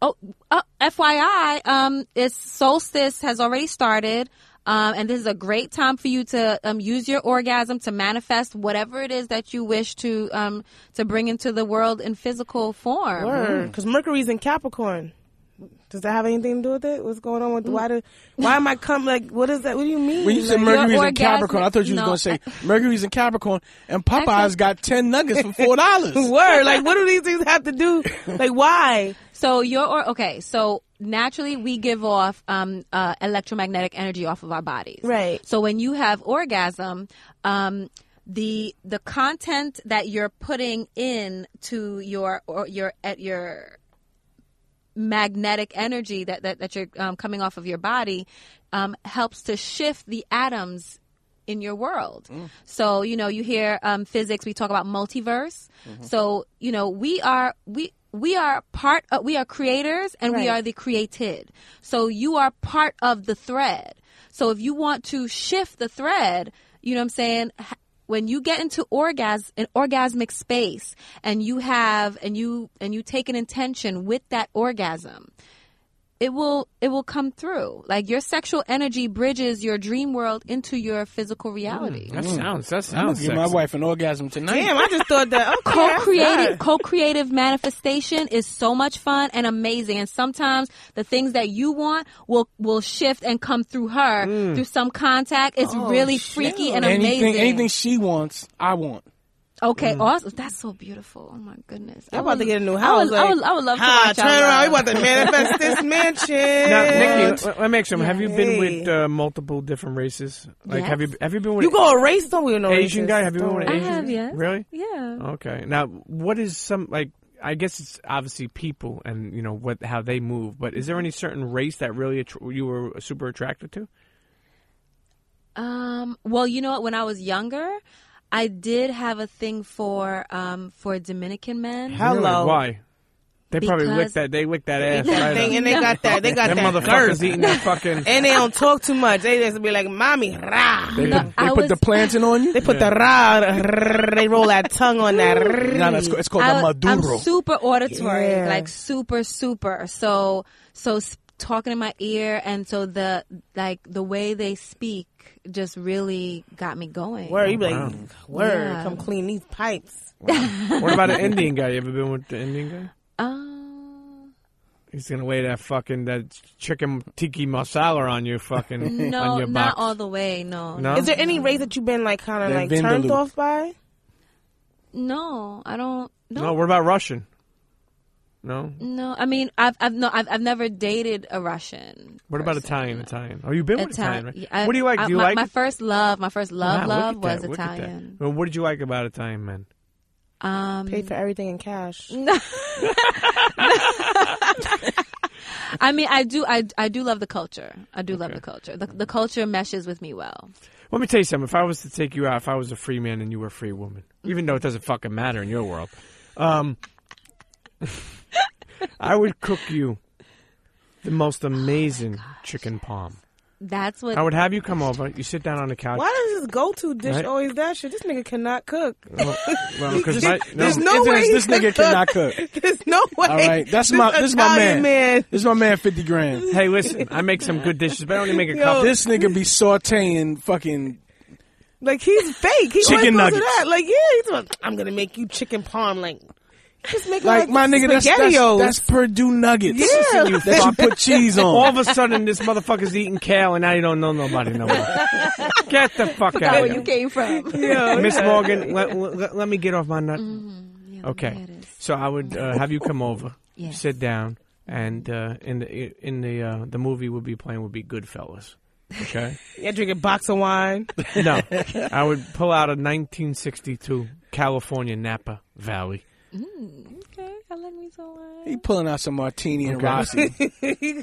oh, uh, FYI, um, it's solstice has already started. Um, and this is a great time for you to um, use your orgasm to manifest whatever it is that you wish to um, to bring into the world in physical form. Because Mercury's in Capricorn. Does that have anything to do with it? What's going on with Mm. why? Do, why am I come like? What is that? What do you mean? When you said Like, Mercury's in orgasmic- Capricorn, I thought you no, was going to say Mercury's in Capricorn and Popeye's got 10 nuggets for $4. word. Like, what do these things have to do? Like, why? So your or okay, so naturally we give off um, uh, electromagnetic energy off of our bodies. Right. So when you have orgasm, um, the the content that you're putting in to your or your at your magnetic energy that that, that you're um, coming off of your body um, helps to shift the atoms in your world. So you know you hear um, physics. We talk about multiverse. So you know we are we. We are part of, we are creators and we are the created. So you are part of the thread. So if you want to shift the thread, you know what I'm saying? h- when you get into orgasm an orgasmic space and you have and you and you take an intention with that orgasm it will it will come through like your sexual energy bridges your dream world into your physical reality That sounds. That Mm. I'm sounds. give my sexy. wife an orgasm tonight. Damn, I just thought that. Okay, that's co-creative that. co-creative manifestation is so much fun and amazing and sometimes the things that you want will will shift and come through her Mm. through some contact it's Oh, really freaky and anything, amazing anything she wants, I want. Okay, awesome. That's so beautiful. Oh my goodness. I'm about to get a new I house. would- I like, would- I would love to "Ha, watch turn y'all around. We live." about to manifest this mansion. Now, Nikki, let, let me ask you. something. Have you been Hey. with uh, multiple different races? Like, have you have you been with you go a race? Don't we know Asian races. guy? Have you been Don't with an worry. I Asian? have, guy? yes. Really? Yeah. Okay. Now, what is some like? I guess it's obviously people and you know what how they move. But is there any certain race that really attr you were super attracted to? Um. Well, you know what? When I was younger, I did have a thing for um for Dominican men. Hello. Really? Why? They probably Because- lick that. They lick that ass. That Right thing, up. and they got that. They got That that motherfucker's girth. eating that fucking. and they don't talk too much. They just be like, "Mommy, rah." They, No, put, they I put the was- plantain on you? They put the rah, rah, they roll that tongue on that. no, that's, it's called I, a Maduro. am super auditory, Yeah. like super, super. So, so s- talking in my ear, and so the like the way they speak just really got me going. Word, you be like, word, Yeah. come clean these pipes. What about an Indian guy? You ever been with the Indian guy? Uh, Um, He's gonna lay that fucking that chicken tiki masala on you, fucking no, on your not box. all the way. No, no, Is there any race that you've been like kind of That like Vindaloo. turned off by? no, I don't. No, no. What about Russian? No. No, I mean, I've I've no, I've, I've never dated a Russian. What about person. Italian? Italian? Oh, you've been with Italian. Italian. right? I- what do you like? I- do you my, like my first love? My first love, Wow, look love at was that, look at that. Italian. Well, what did you like about Italian men? Um, Pay for everything in cash. I mean, I do, I, I do love the culture. I do love the culture. The, the culture meshes with me well. Let me tell you something. If I was to take you out, if I was a free man and you were a free woman, even though it doesn't fucking matter in your world, um, I would cook you the most Oh amazing chicken palm. That's what. I would have you come over. You sit down on the couch. Why does his go-to dish Right. always that shit? This nigga cannot cook. Well, well, 'cause my- There's no Internet, way this he nigga cannot cook. There's no All way. right, that's my this is my Italian man. This is my man. Fifty grand. Hey, listen. I make some good dishes, but I only make a Yo, couple. This nigga be sautéing fucking. Like he's fake. He Chicken always goes to nuggets. that. Like yeah, he's like, I'm gonna make you chicken palm. Like just make Like my nigga, that's, that's SpaghettiOs. that's Purdue nuggets. Yeah. that you put cheese All on. of a sudden, this motherfucker's eating kale, and now you don't know nobody no more. Get the fuck out forgot of where here. you came from. Miss Morgan, let, let, let me get off my nut. Mm-hmm. Yeah, the way Okay, it is. so I would uh, have you come over, Yes. sit down, and uh, in the in the uh, the movie we'll be playing would be Goodfellas. Okay, yeah, drink a box of wine. no, I would pull out a 1962 California Napa Valley. Okay, I love me so much. He pulling out some martini and Okay. Rossi.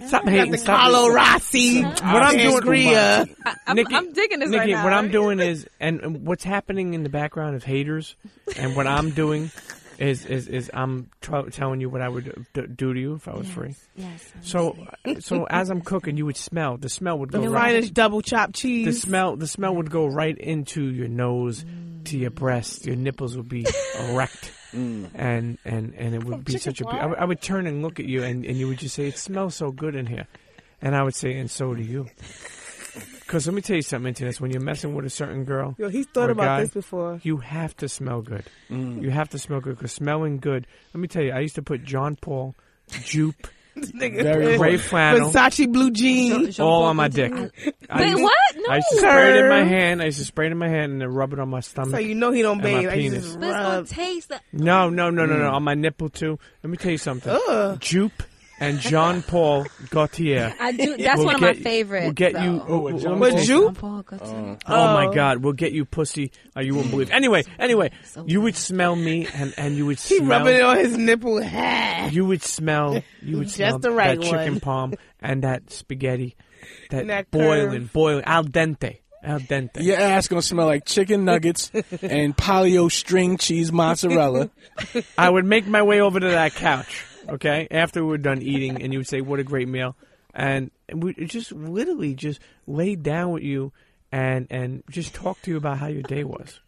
Stop hating, stop Carlo Rossi. What I'm doing- I'm, Nikki- I'm digging this right Nikki, now. what I'm doing is, and and what's happening in the background of haters, and what I'm doing is is, is I'm tr- telling you what I would d- do to you if I was free. Yes. So so as I'm cooking, you would smell. The smell would go The right. finest double chopped the cheese. smell the smell would go right into your nose Mm. to your breast your nipples would be erect and and and Oh, it would be such a be- I would- I would turn and look at you and, and you would just say it smells so good in here and i would say and so do you because let me tell you something Antonis. when you're messing with a certain girl Yo, he's or thought a about guy, this before. you have to smell good you have to smell good because smelling good let me tell you i used to put john paul jupe This nigga. Very gray important. flannel Versace blue jeans. all on my dick I Wait, used- what? I No. used to spray it in my Sir. hand. I used to spray it in my hand and then rub it on my stomach. So you know he don't And my bathe. Like, he penis. just But it's gonna rub. taste. That, No, no, no, no, no. On my nipple too. Let me tell you something. Mm. Ugh. Jupe and Jean Paul Gaultier. I do. That's will one of my get- favorites. Will get though. you. Oh, with Jean let me Paul. tell you- Jupe? Jean Paul Gaultier. Oh my Oh. God! We'll get you pussy. Uh, you won't believe. Anyway, anyway, you would smell me, and and you would He rubbing it smell. on his nipple. Ha. You would smell. You would Just smell the right that chicken one. palm and that spaghetti, that, And that boiling, curve. boiling al dente, al dente. Your ass gonna smell like chicken nuggets and polio string cheese mozzarella. I would make my way over to that couch, okay, after we were done eating, and you would say, "What a great meal," and we just literally just lay down with you and and just talk to you about how your day was.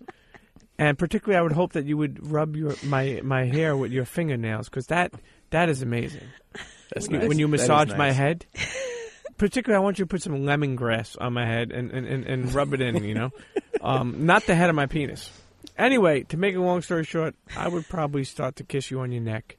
And particularly, I would hope that you would rub your my my hair with your fingernails because that that is amazing. You- When you That is massage my nice. head, particularly, I want you to put some lemongrass on my head and and, and, and rub it in. You know, um, not the head of my penis. Anyway, to make a long story short, I would probably start to kiss you on your neck,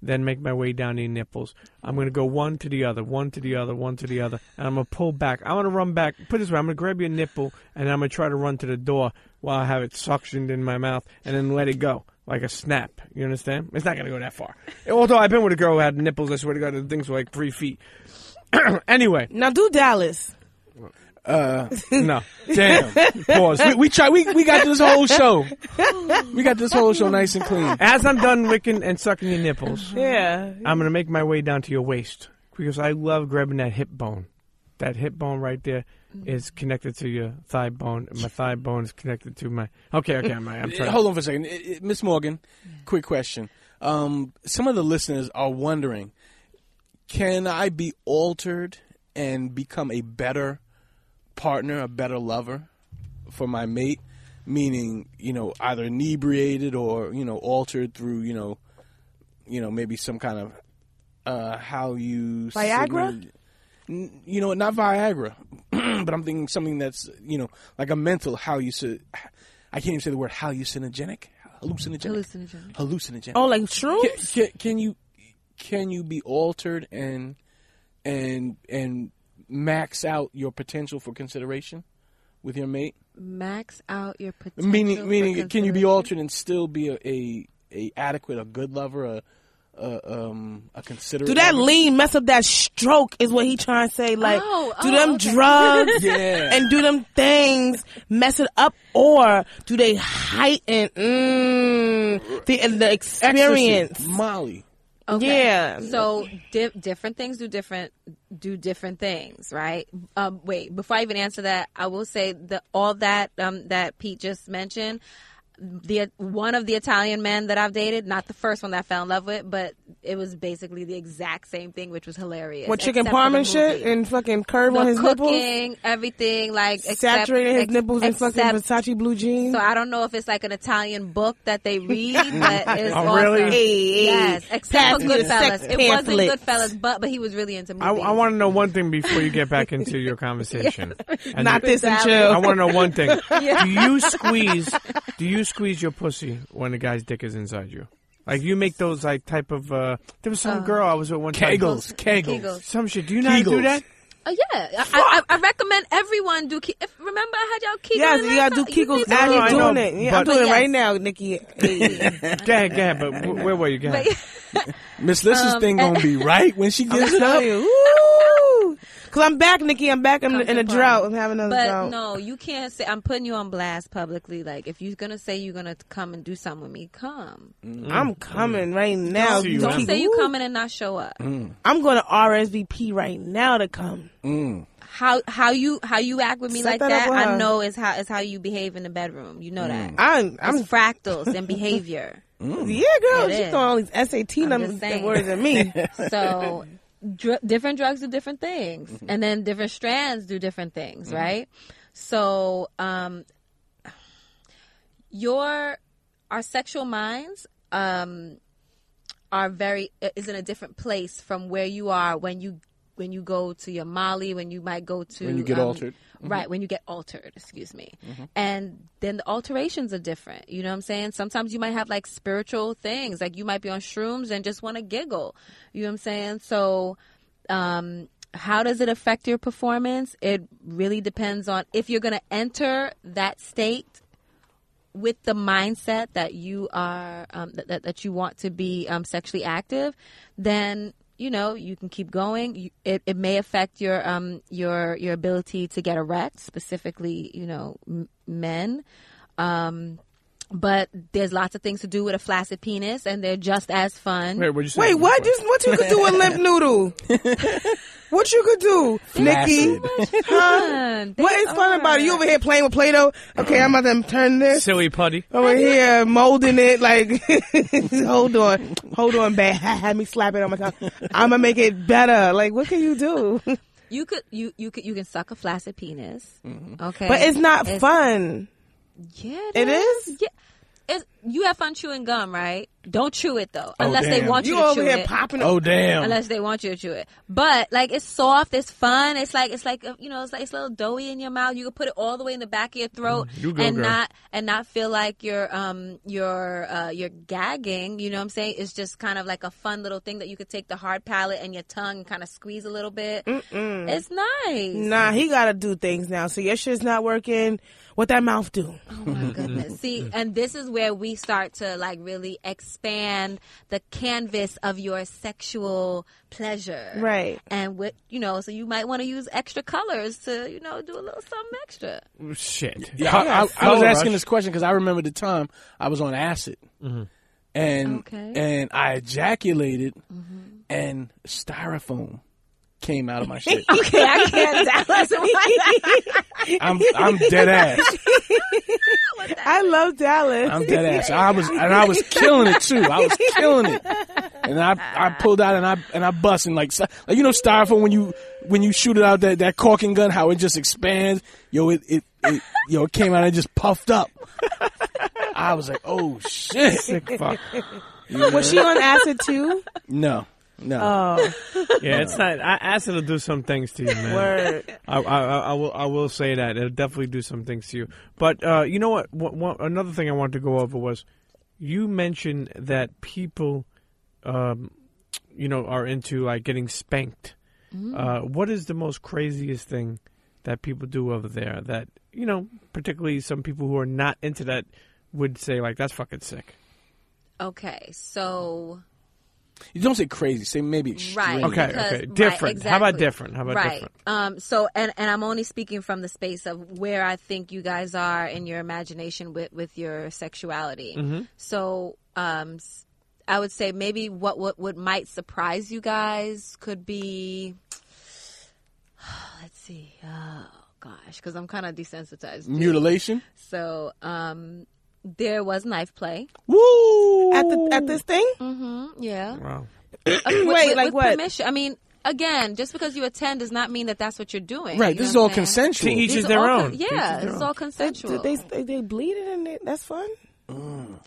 then make my way down to your nipples. I'm going to go one to the other, one to the other, one to the other, and I'm going to pull back. I'm going to run back. Put it this way, I'm going to grab your nipple, and I'm going to try to run to the door while I have it suctioned in my mouth, and then let it go. Like a snap, you understand? It's not gonna go that far. Although I've been with a girl who had nipples, I swear to God, the things were like three feet. anyway, Now do Dallas. no. Damn. Pause. We, we try. We, we got this whole show. We got this whole show nice and clean. As I'm done licking and sucking your nipples, Yeah. I'm gonna make my way down to your waist because I love grabbing that hip bone. That hip bone right there is connected to your thigh bone. and My thigh bone is connected to my. Okay, okay, I'm, I'm trying. Hold on for a second, It- it- Miss Morgan. Quick question. Um, some of the listeners are wondering, can I be altered and become a better partner, a better lover for my mate? Meaning, you know, either inebriated or you know altered through you know, you know maybe some kind of uh, how you Viagra? signal- N- you know, not Viagra, but I'm thinking something that's you know like a mental how you say. I can't even say the word hallucinogenic. Hallucinogenic. Hallucinogenic. Oh, Hallucinogenic. Oh, like shrooms. Can, can, can you can you be altered and and and max out your potential for consideration with your mate? Max out your potential. for Meaning, meaning, can you be consideration. altered and still be a, a, a adequate, a good lover, a a, um, a considerate? Do that lover? lean mess up that stroke is what he trying to say. Like, Oh, do oh, them okay. drugs Yeah. and do them things mess it up, or do they heighten mm, the, the experience? Ecstasy, Molly. Okay. Yeah. So di- different things do different do different things, right? Um, wait, before I even answer that, I will say that all that um, that Pete just mentioned, the one of the Italian men that I've dated, not the first one that I fell in love with, but it was basically the exact same thing, which was hilarious. With chicken except for parm the and shit movie. and fucking curve The on his nipples, cooking, everything like except- saturating his ex- nipples in fucking except- Versace blue jeans. so I don't know if it's like an Italian book that they read, but it's Oh, awesome. really? Hey, Yes, hey. except Pass for me the sex Goodfellas. It wasn't pamphlets. Goodfellas, but but he was really into movies. I, I want to know one thing before you get back into your conversation. And not this and Exactly. chill. I want to know one thing. Do you squeeze? Do you squeeze your pussy when the guy's dick is inside you? Like you make those like type of. Uh, there was some girl I was with one time. Kegels, kegels. Kegels. Some shit. Do you not do Kegels. that? Oh yeah, I, I, I recommend everyone do. Ke- if, remember, I had y'all Kegels. Yes, the you last gotta do time? You Kegels need to- as No, I you're know, doing it. Yeah, I'm but- doing it But right yes. now, Nikki. Hey. Go ahead, go ahead. But wh- where were you? Go ahead. But- Miss Lissa's thing gonna be right when she gives it up. Cause I'm back, Nikki. I'm back in, in a Comfortable. drought. I'm having another But drought. no, you can't say I'm putting you on blast publicly. Like if you're gonna say you're gonna come and do something with me, come. I'm coming right now. See you, Mm. Don't Keep- say you coming and not show up. I'm going to RSVP right now to come. How how you how you act with me Set like that up Mm. that? with her. I know is how is how you behave in the bedroom. You know that. I'm, I'm, It's fractals and behavior. yeah, girl. It She's mm. is. throwing all these SAT numbers just saying. words at me. So dr- different drugs do different things, and then different strands do different things, right? So um, your our sexual minds um, are very is in a different place from where you are when you when you go to your Molly, when you might go to um, When you get altered. Mm-hmm. right? When you get altered, excuse me, and then the alterations are different. You know what I'm saying? Sometimes you might have like spiritual things, like you might be on shrooms and just want to giggle. You know what I'm saying? So um, how does it affect your performance? It really depends on if you're going to enter that state with the mindset that you are um, that, that that you want to be um, sexually active, then you know you can keep going. You, it, it may affect your um your your ability to get erect, specifically you know m- men. Um, but there's lots of things to do with a flaccid penis, and they're just as fun. Wait, what'd you say? Wait, what? You, what you could do with limp noodle? what you could do, Nikki? Fun. They What is fun about it? You are. over here playing with Play-Doh? Okay, I'm about to turn this. Silly putty. Over here, molding it like, hold on, hold on, bad. Had me slap it on my tongue. I'm gonna make it better. Like, what can you do? You could you you could you can suck a flaccid penis. Okay, Mm-hmm. But it's not fun. Yeah, It is? Yeah, it's, you have fun chewing gum, right? Don't chew it though, unless they damn. want you, You to over chew here it. popping. Oh damn! Unless they want you to chew it, but like it's soft, it's fun, it's like it's like uh, you know, it's like it's a little doughy in your mouth. You can put it all the way in the back of your throat you go, and girl. not and not feel like you're um you're uh, you're gagging. You know what I'm saying? It's just kind of like a fun little thing that you could take the hard palate and your tongue and kind of squeeze a little bit. It's nice. Nah, he gotta do things now. So your shit's not working. What that mouth do? Oh my goodness. See, and this is where we start to like really expand the canvas of your sexual pleasure. Right. And what, you know, so you might want to use extra colors to, you know, do a little something extra. Shit. Yeah, I, I, I was Color asking rush. this question because I remember the time I was on acid, and Okay. and I ejaculated, and styrofoam came out of my shit. Okay, I can't Dallas. I'm I'm dead ass. I love Dallas. I'm dead ass. I was and I was killing it too. I was killing it, and I I pulled out and I and I bust and like, sty- like you know styrofoam when you when you shoot it out that that caulking gun how it just expands. Yo, it it, it yo it came out and just puffed up. I was like, oh shit. Sick fuck. Was she on acid too? No, no. Oh, Yeah, it's not. I, acid will do some things to you, man. word. I, I, I I will I will say that it'll definitely do some things to you. But uh, you know what, what, what? Another thing I wanted to go over was you mentioned that people um, you know, are into like getting spanked. Uh, what is the most craziest thing that people do over there that you know, particularly some people who are not into that would say like that's fucking sick. Okay, so You don't say crazy. Say maybe extreme. right. Okay, because- okay. right, Different. How about exactly. different? How about right. different? Um, so, and and I'm only speaking from the space of where I think you guys are in your imagination with with your sexuality. Mm-hmm. So, um, s- I would say maybe what what what might surprise you guys could be. Let's see. Oh gosh, because I'm kind of desensitized. Mutilation. So, um, there was knife play. Woo! At the at this thing? Mm. Yeah. Wow. With- Wait, with- like with what? Permission. I mean, again, just because you attend does not mean that that's what you're doing. Right. You This is know all what I'm saying? consensual. To each These is are their all own. con- yeah, it's all consensual. Did they they, they bleeded in it? That's fun.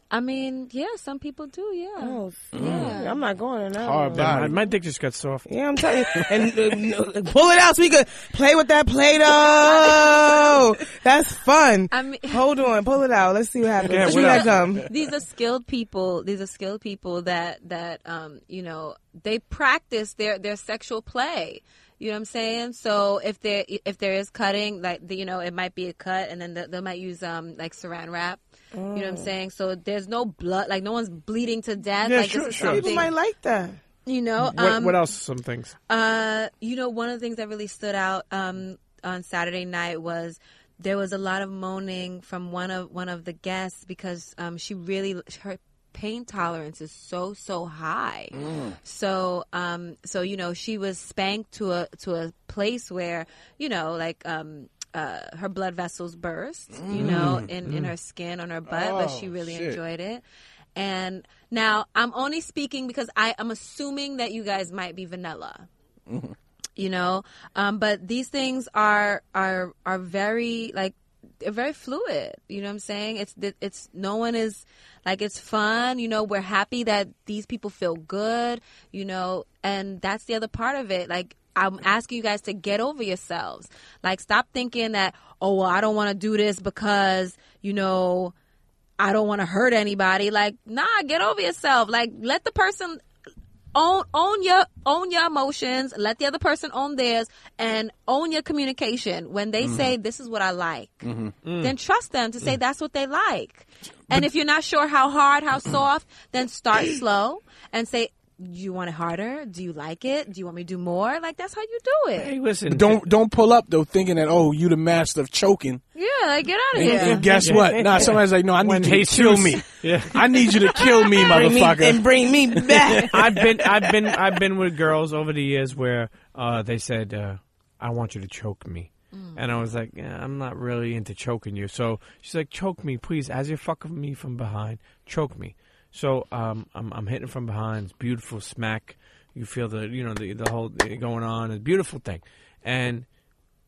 I mean, yeah, some people do. Yeah. Oh, yeah. I'm not going in that. Mm. Hard one. My, body. my dick just got soft. Yeah, I'm telling you. And uh, no, pull it out so we could play with that Play-Doh. That's fun. I mean- Hold on, pull it out. Let's see what happens. Yeah, Chew what that else? gum. These are skilled people. These are skilled people that that um, you know they practice their their sexual play. You know what I'm saying? So if there if there is cutting, like the, you know, it might be a cut, and then the, they might use um like Saran wrap. You know what I'm saying? So there's no blood, like no one's bleeding to death. Yeah, like sure, this is sure. People something, might like that. you know. What, um, what else? Some things. Uh, you know, one of the things that really stood out um, on Saturday night was there was a lot of moaning from one of one of the guests because um, she really her pain tolerance is so so high. So um, so you know, she was spanked to a to a place where you know, like um. Uh, her blood vessels burst, you know, in, in her skin on her butt, but she really shit. enjoyed it. And now I'm only speaking because I am assuming that you guys might be vanilla you know um, but these things are are are very like they're very fluid you know what i'm saying it's it's no one is like it's fun you know we're happy that these people feel good you know and that's the other part of it like i'm asking you guys to get over yourselves like stop thinking that oh well i don't want to do this because you know I don't want to hurt anybody. Like, nah, get over yourself. Like, let the person own own your own your emotions. Let the other person own theirs, and own your communication. When they say this is what I like, Mm. then trust them to say that's what they like. And if you're not sure how hard, how soft, then start slow and say. Do you want it harder? Do you like it? Do you want me to do more? Like that's how you do it. Hey, listen. Don't don't pull up though, thinking that oh you the master of choking. Yeah, like get out of And, here. and guess what? Nah, somebody's like, no, I need When you to Jesus- kill me. Yeah. I need you to kill me, Bring me, and motherfucker. bring me back. I've been I've been I've been with girls over the years where uh, they said uh, I want you to choke me. And I was like, yeah, I'm not really into choking you. So she's like, choke me, please, as you're fucking me from behind, choke me. So um, I'm, I'm hitting from behind. It's beautiful smack. You feel the you know the the whole thing going on. It's a beautiful thing. And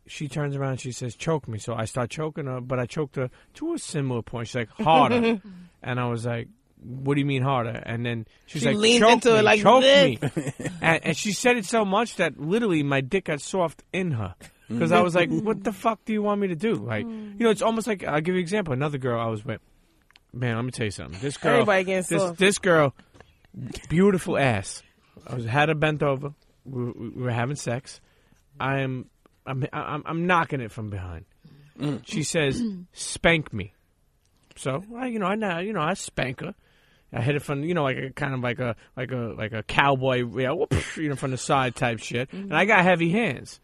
she turns around and she says, choke me. So I start choking her, but I choked her to a similar point. She's like, harder. and I was like, what do you mean harder? And then she's She like, leaned choke into me, it like choke this. me. and, and she said it so much that literally my dick got soft in her. Because I was like, Mm. what the fuck do you want me to do? Like, you know, it's almost like, I'll give you an example. Another girl I was with, man, let me tell you something. This girl, Everybody getting this, soft. this girl, beautiful ass. I was had her bent over. We, we we were having sex. I am I'm I'm, I'm knocking it from behind. She says, "Spank me." So I, you know, I now you know I spank her. I hit it from you know like a kind of like a like a like a cowboy you know, whoop, you know from the side type shit, and I got heavy hands.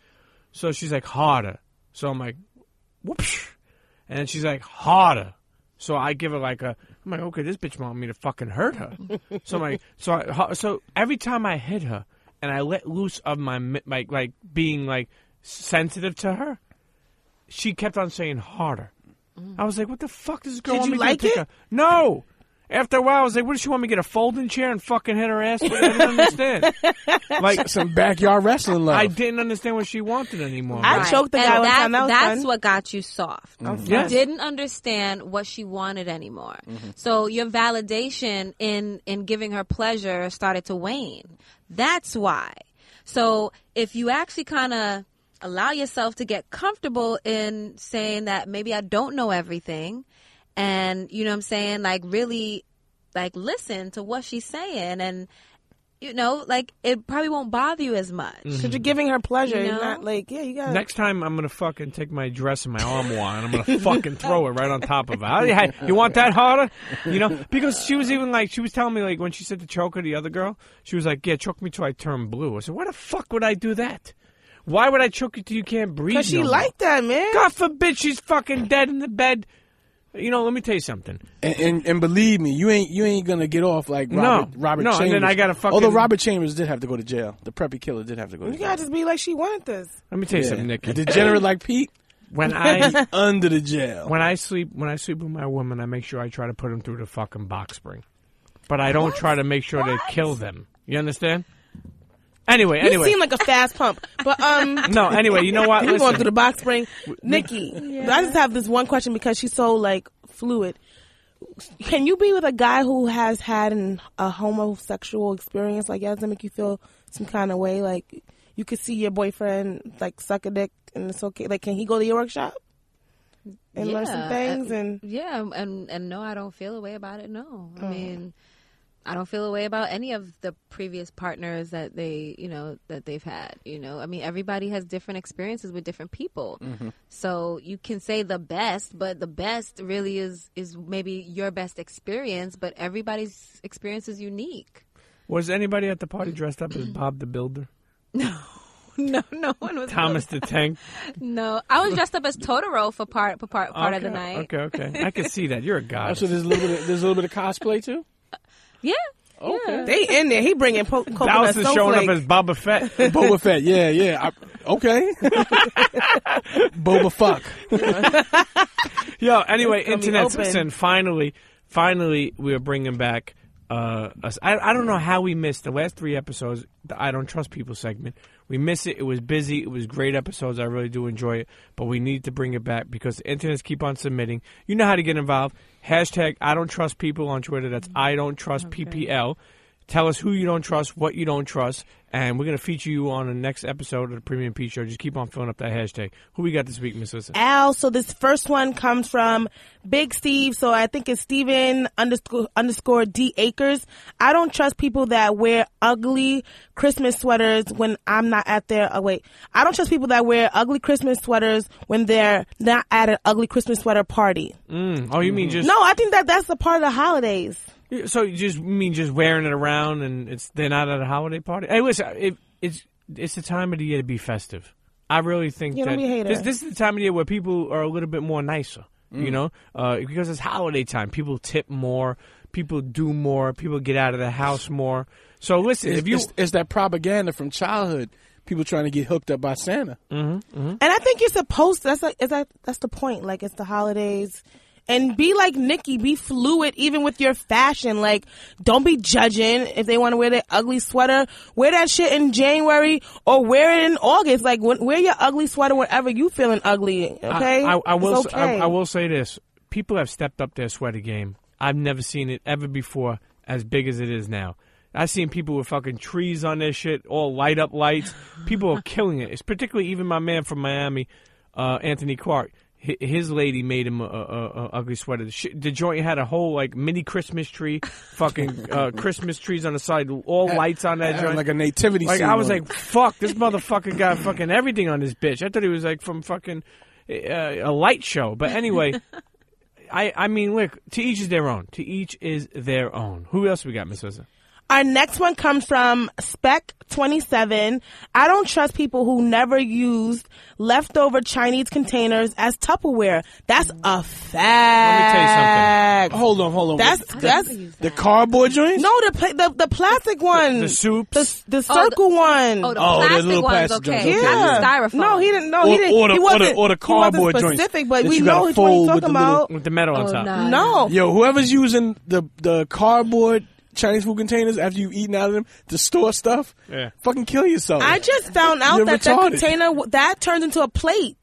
So she's like harder. So I'm like, whoops, and then she's like harder. So I give her like a. I'm like, okay, this bitch want me to fucking hurt her. so I'm like, so I, so every time I hit her and I let loose of my mi- like like being like sensitive to her, she kept on saying harder. I was like, what the fuck does this Mm. girl Did want you me like to do? Take it? a- no. After a while, I was like, what does she want me to get a folding chair and fucking hit her ass? with? I didn't understand. like Some backyard wrestling love. I didn't understand what she wanted anymore. I Right. choked the And guy one that- time. That was that's fun. what got you soft. Mm-hmm. Yes. You didn't understand what she wanted anymore. So your validation in in giving her pleasure started to wane. That's why. So if you actually kind of allow yourself to get comfortable in saying that maybe I don't know everything and you know what I'm saying like really like listen to what she's saying and you know, like it probably won't bother you as much. Because you're giving her pleasure. No. You're not like, yeah, you got Next time, I'm gonna fucking take my dress and my armoire, and I'm gonna fucking throw it right on top of her. I- I- You want that harder? You know, because she was even like, she was telling me like when she said to choke her, the other girl, she was like, "Yeah, choke me till I turn blue." I said, "Why the fuck would I do that? Why would I choke you till you can't breathe?" Because she no more? liked that, man. God forbid she's fucking dead in the bed. You know, let me tell you something. And, and and believe me, you ain't you ain't gonna get off like No. Robert, Robert No, and Chambers. then I gotta fucking- Although Robert Chambers did have to go to jail, the preppy killer did have to go to You jail. gotta just be like, she wanted this. Let me tell you Yeah. something, Nikki. A degenerate like Pete When I under the jail. when I sleep when I sleep with my woman, I make sure I try to put them through the fucking box spring, but I don't try to make sure to kill them. You understand? Anyway, You anyway, seem like a fast pump, but um, no, anyway. You know what? you going Listen, through the box spring, Nikki? I just have this one question because she's so like fluid. Can you be with a guy who has had an, a homosexual experience? Like, yeah, does it make you feel some kind of way? Like, you could see your boyfriend like suck a dick, and it's okay. Like, can he go to your workshop and learn some Yeah, uh, things? And Yeah, um, and and no, I don't feel a way about it. No, I mean, I don't feel a way about any of the previous partners that they, you know, that they've had. You know, I mean, everybody has different experiences with different people. So you can say the best, but the best really is is maybe your best experience. But everybody's experience is unique. was anybody at the party dressed up as Bob the Builder, No, no one was Thomas the Tank? No, I was dressed up as Totoro for part for part part of the Okay, night. Okay, okay. I can see that. You're a god. so there's a little bit of, there's a little bit of cosplay too. Yeah. Okay. they in there. He bringing po- coconut Dallas is showing up snowflake. as Boba Fett. Boba Fett, yeah, yeah. I, okay. Boba fuck. Yo, anyway, It's internet. coming Listen, open. finally, finally, we are bringing back. Uh, us. I, I don't know how we missed the last three episodes. The I don't trust people segment. We miss it. It was busy. It was great episodes. I really do enjoy it. But we need to bring it back because the internets keep on submitting. You know how to get involved. Hashtag I don't trust people on Twitter. That's I don't trust PPL. Tell us who you don't trust, what you don't trust, and we're gonna feature you on the next episode of the Premium P Show. Just keep on filling up that hashtag. Who we got this week, Miss Listen? Al. So this first one comes from Big Steve. So I think it's Steven underscore, underscore D Acres. I don't trust people that wear ugly Christmas sweaters when I'm not at their, oh wait. I don't trust people that wear ugly Christmas sweaters when they're not at an ugly Christmas sweater party. Mm. Oh, you mean just No, I think that that's a part of the holidays. So you just you mean just wearing it around and it's they're not at a holiday party. Hey, listen, it, it's it's the time of the year to be festive. I really think Yeah, that don't be a hater. this, this is the time of the year where people are a little bit more nicer. Mm. You know, uh, because it's holiday time, people tip more, people do more, people get out of the house more. So listen, It's, if you it's, it's that propaganda from childhood. People trying to get hooked up by Santa. And I think you're supposed to. That's like is that that's the point. Like it's the holidays. And be like Nikki, be fluid even with your fashion. Like, don't be judging if they want to wear their ugly sweater. Wear that shit in January or wear it in August. Like, when, wear your ugly sweater wherever you feeling ugly. Okay, I, I, I will. It's s- I- okay. I, will say this: people have stepped up their sweater game. I've never seen it ever before as big as it is now. I've seen people with fucking trees on their shit, all light up lights. People are killing it. It's particularly even my man from Miami, uh, Anthony Clark. Hi- His lady made him a, a, a ugly sweater. The, sh- the joint had a whole like mini Christmas tree, fucking uh, Christmas trees on the side, all lights on that Having joint. Like a nativity Like scene I was on like, fuck, this motherfucker got fucking everything on this bitch. I thought he was like from fucking uh, a light show. But anyway, I I mean, look, to each is their own. To each is their own. Who else we got, Miss Lisa? Our next one comes from Spec27. I don't trust people who never used leftover Chinese containers as Tupperware. That's a fact. it. Hold on, hold on. Oh, That's I that's never used the that. cardboard joints. no the pla- the the plastic one. the soups? The, s- the circle one. Oh, the Oh, the plastic little ones, plastic okay. joints, Not the styrofoam. No, he didn't. No, Or- he didn't. or the- he wasn't, or the- or the he wasn't cardboard joints specific, but that we you gotta know which one fold you're with the talking about. With the metal on Oh, top. no. No, Yo, whoever's using the the cardboard Chinese food containers after you've eaten out of them to store stuff, Yeah. fucking kill yourself. I just found out You're that retarded. the container w- that turns into a plate.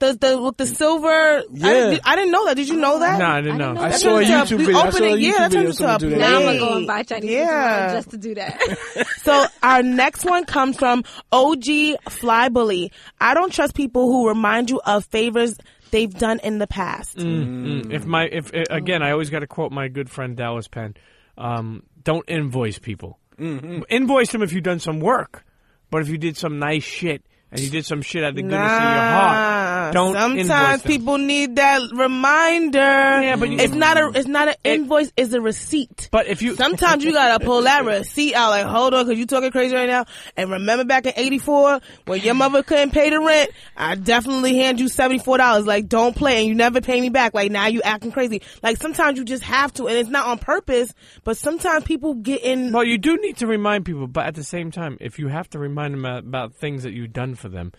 The the with the silver. I, Yeah. didn't, I didn't know that. Did you know that? No, I didn't I know. didn't know I that. saw a turns into a- YouTube we video. I open saw a it, yeah, YouTube that video. turns into Someone a do Now that. I'm gonna Hey. go and buy Chinese food Yeah. tomorrow just to do that. So our next one comes from OG Fly Bully. I don't trust people who remind you of favors they've done in the past. Mm, If my if uh, again, I always got to quote my good friend Dallas Penn. Um, don't invoice people. Mm-hmm. Invoice them if you've done some work, but if you did some nice shit and you did some shit out of the goodness Nah, of your heart, don't invoice sometimes them. people need that reminder. Yeah, but you- it's not a it's not an invoice. It's a receipt. But if you Sometimes you gotta pull that receipt out. Like, hold on, cause you talking crazy right now. And remember back in '84 when your mother couldn't pay the rent, I definitely hand you seventy four dollars. Like, don't play, and you never pay me back. Like now you acting crazy. Like sometimes you just have to, and it's not on purpose. But sometimes people get in. Well, you do need to remind people, but at the same time, if you have to remind them about, about things that you've done for them,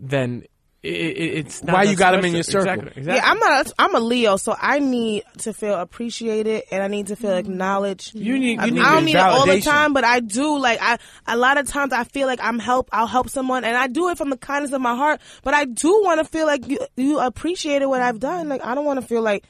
then i i it's not Why that you got 'em in special. your circle. Exactly, exactly. Yeah, I'm not. A, I'm a Leo, so I need to feel appreciated and I need to feel acknowledged. You need- you I, need I don't mean it all the validation. time, but I do. Like I, a lot of times I feel like I'm help. I'll help someone, and I do it from the kindness of my heart. But I do want to feel like you, you appreciated what I've done. Like I don't want to feel like.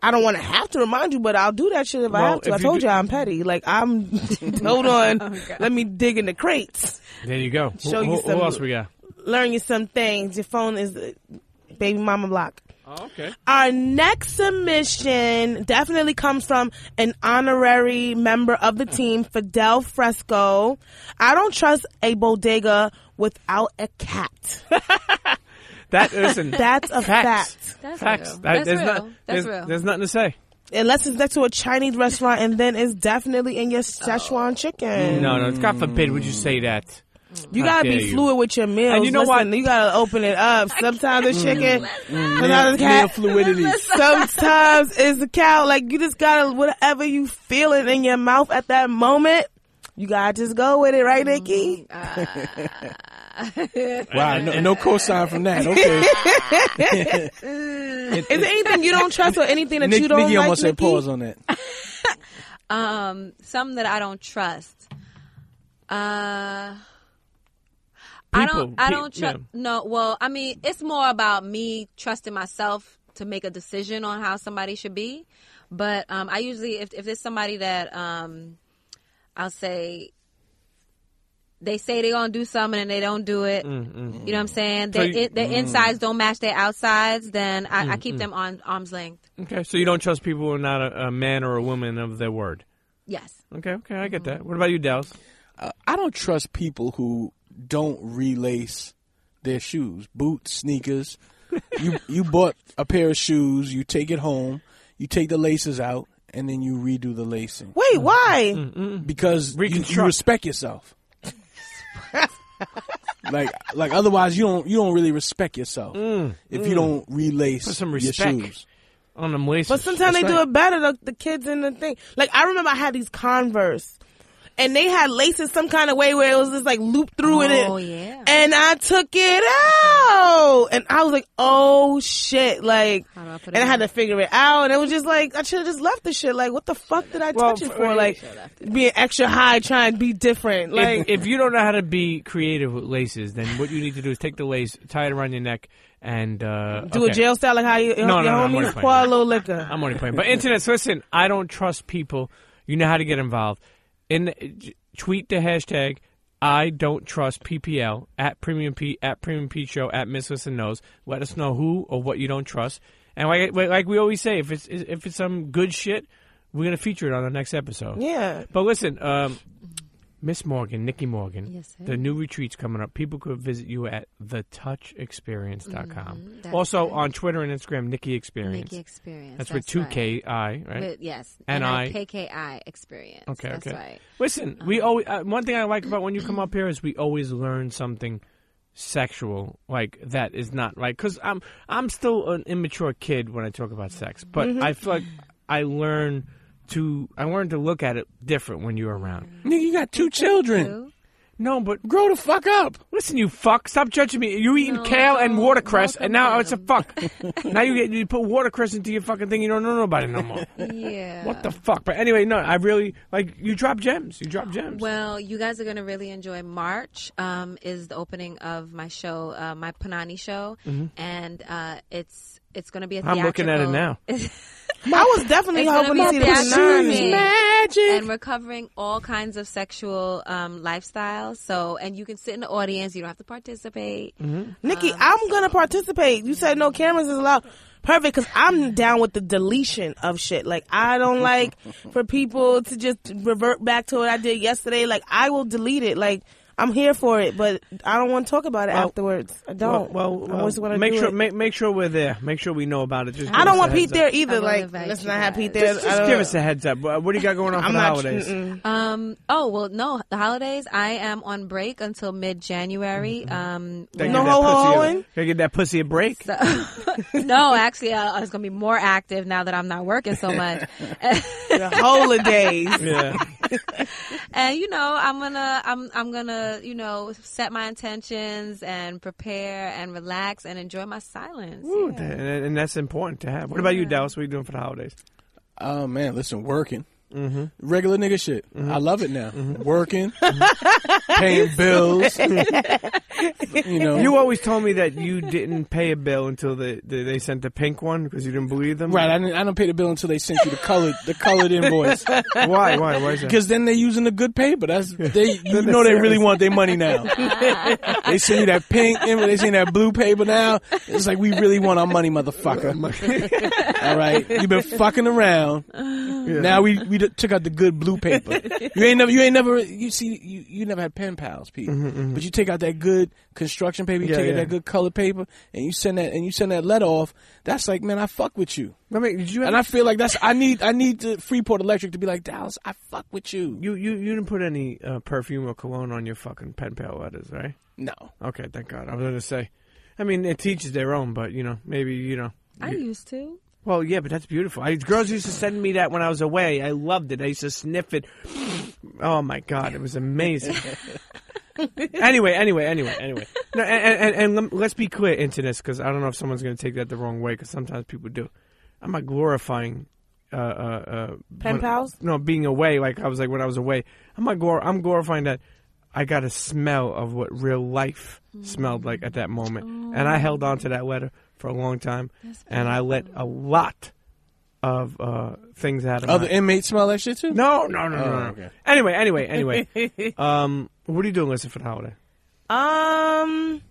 I don't want to have to remind you, but I'll do that shit if I Well, have to. if I you told do- you I'm petty. Like I'm. hold on, let me dig in the crates. There you go. Who- Show you who, who some- else we got? Learn you some things. Your phone is uh, baby mama block. Oh, okay. Our next submission definitely comes from an honorary member of the team, Fidel Fresco. I don't trust a bodega without a cat. That listen. That's a facts. fact. That's Facts. real. That- That's there's real. not- That's there's, real. There's nothing to say. Unless it's next to a Chinese restaurant and then it's definitely in your Szechuan chicken. Oh. No, no. God forbid would you say that. You gotta dare be you. fluid with your meals. And you know Listen, what? Mm. You gotta open it up. Sometimes it's chicken, sometimes it's Male cat. fluidity. sometimes it's the cow. Like you just gotta whatever you feeling in your mouth at that moment. You gotta just go with it, right, Nikki? Mm-hmm. wow, no, no cosign from that. Okay. Is there anything you don't trust or anything that Nick, you don't Nikki like? almost said Nikki? pause on that. um, some that I don't trust. Uh, I People, don't. I pe- don't trust. yeah. No. Well, I mean, it's more about me trusting myself to make a decision on how somebody should be. But um, I usually, if if there's somebody that um, I'll say. They say they're gonna do something and they don't do it. Mm, You know what I'm saying? Their, you- mm. in- their insides don't match their outsides. Then I, I keep them on arm's length. Okay, so you don't trust people who are not a, a man or a woman of their word. Yes. Okay, okay, I get that. What about you, Dallas? I don't trust people who don't relace their shoes, boots, sneakers. you you bought a pair of shoes, you take it home, you take the laces out, and then you redo the lacing Wait, why? Mm-hmm. because you- you, Reconstruct. respect yourself. like like otherwise you don't you don't really respect yourself if you don't relace Mm, some your respect. shoes. On the laces. But sometimes they That's do right. it better. The, the kids in the thing. Like I remember I had these Converse, and they had laces some kind of way where it was just like looped through in it. Oh, yeah. And I took it out, and I was like, "Oh shit!" Like, How do I put and it I had to back? figure it out. And it was just like I should have just left the shit. Like, what the fuck did I touch it for? Like, being extra high, trying to be different. Like, if, if you don't know how to be creative with laces, then what you need to do is take the lace, tie it around your neck, and uh, do okay. a jail style like how you, No, your no, no, I'm homies only playing. pour a little liquor. I'm only playing. But internets, listen, I don't trust people. You know how to get involved. In tweet the hashtag I don't trust PPL at Premium P at Premium Pete Show at Miss Listen Knows. Let us know who or what you don't trust. And like like we always say, if it's if it's some good shit, we're gonna feature it on the next episode. Yeah. But listen, um, Miss Morgan, Nikki Morgan, Yes, sir. the new retreat's coming up. People could visit you at thetouchexperience.com. com. Mm-hmm. that's also right. on Twitter and Instagram, Nikki Experience. Nikki experience. That's, with two right. K I, right? With, yes, And and I- I KKI experience. okay, That's okay. right. Um, Listen, we always uh, one thing I like about when you come up here is we always learn something sexual like that is not right because I'm I'm still an immature kid when I talk about sex, but Mm-hmm. I feel like I learn to I learn to look at it different when you're around. Nigga, you got two children. Two. No, but Grow the fuck up. Listen, you fuck! Stop judging me. You eating No, kale and watercress, welcome and now home. it's a fuck. now you get you put watercress into your fucking thing. You don't know nobody no more. Yeah. what the fuck? But anyway, no, I really like you. Drop gems. You drop gems. Well, you guys are going to really enjoy March. Um, is the opening of my show, uh, my Panani show, and uh, it's it's going to be a Mm-hmm. I'm theatrical. looking at it now. I was definitely It's hoping gonna to be see a the bad movie. Punani. And we're covering all kinds of sexual um, lifestyles. So, and you can sit in the audience. You don't have to participate. Mm-hmm. Nikki, Um, I'm gonna participate. You said no cameras is allowed. Perfect, because I'm down with the deletion of shit. Like I don't like for people to just revert back to what I did yesterday. Like I will delete it. Like I'm here for it, but I don't want to talk about it afterwards. I don't. Well, well, um, I just want to make do sure it. make, make sure we're there. Make sure we know about it. Just I give don't want us a heads Pete there up. either. I will Like invite let's you not have guys. Pete there. I Just don't- give us a heads up. What what do you got going on for I'm the not. holidays? mm-mm. Um, oh, well, no, the holidays. I am on break until mid January. Mm-hmm. Um, Gotta when- No give that ho, ho, pussy a- hoeing? Gotta get that pussy a break. no, actually, uh, I, I was going to be more active now that I'm not working so much. The holidays. yeah. and you know i'm gonna i'm i'm gonna you know set my intentions and prepare and relax and enjoy my silence Ooh, that- and, and that's important to have. What about you, Dallas? What are you doing for the holidays? Oh man, listen, working. Mm-hmm. Regular nigga shit. I love it now. Working, Mm-hmm. paying bills. you know, You always told me that you didn't pay a bill until the, the, they sent the pink one because you didn't believe them. right? I didn't, I don't pay the bill until they sent you the colored the colored invoice Why? Why? Why is that? because then they're using the good paper. That's they. You know they really want their money now. they send you that pink invoice. They send you that blue paper now. It's like we really want our money, motherfucker. All right, you've been fucking around. Now we we d- took out the good blue paper. You ain't never you ain't never you see you, you never had pen pals, Pete. But you take out that good construction paper, you Mm-hmm, Yeah, take yeah. out that good color paper, and you send that and you send that letter off. That's like, man, I fuck with you, I mean, did you have, and I feel like that's I need I need the Freeport Electric to be like Dallas. I fuck with you. you, you you didn't put any uh, perfume or cologne on your fucking pen pal letters, right? No, Okay, thank God. I was gonna say, I mean, it teaches their own, but you know, maybe you know. i used to Well, yeah, but that's beautiful. I, girls used to send me that when I was away. I loved it. I used to sniff it. Oh my God, it was amazing. anyway, anyway, anyway, anyway. No, and, and, and lem- let's be clear into this because I don't know if someone's going to take that the wrong way because sometimes people do. I'm not glorifying. Uh, uh, uh, Pen when- pals? No, being away. Like I was like when I was away. I'm not glor- I'm glorifying that. I got a smell of what real life smelled like at that moment, and I held on to that letter for a long time, and I let a lot of uh, things out of other my- inmates smell that shit too. no, no, no, no. no. okay. Anyway, anyway, anyway. um, what are you doing, listen for the holiday? Um,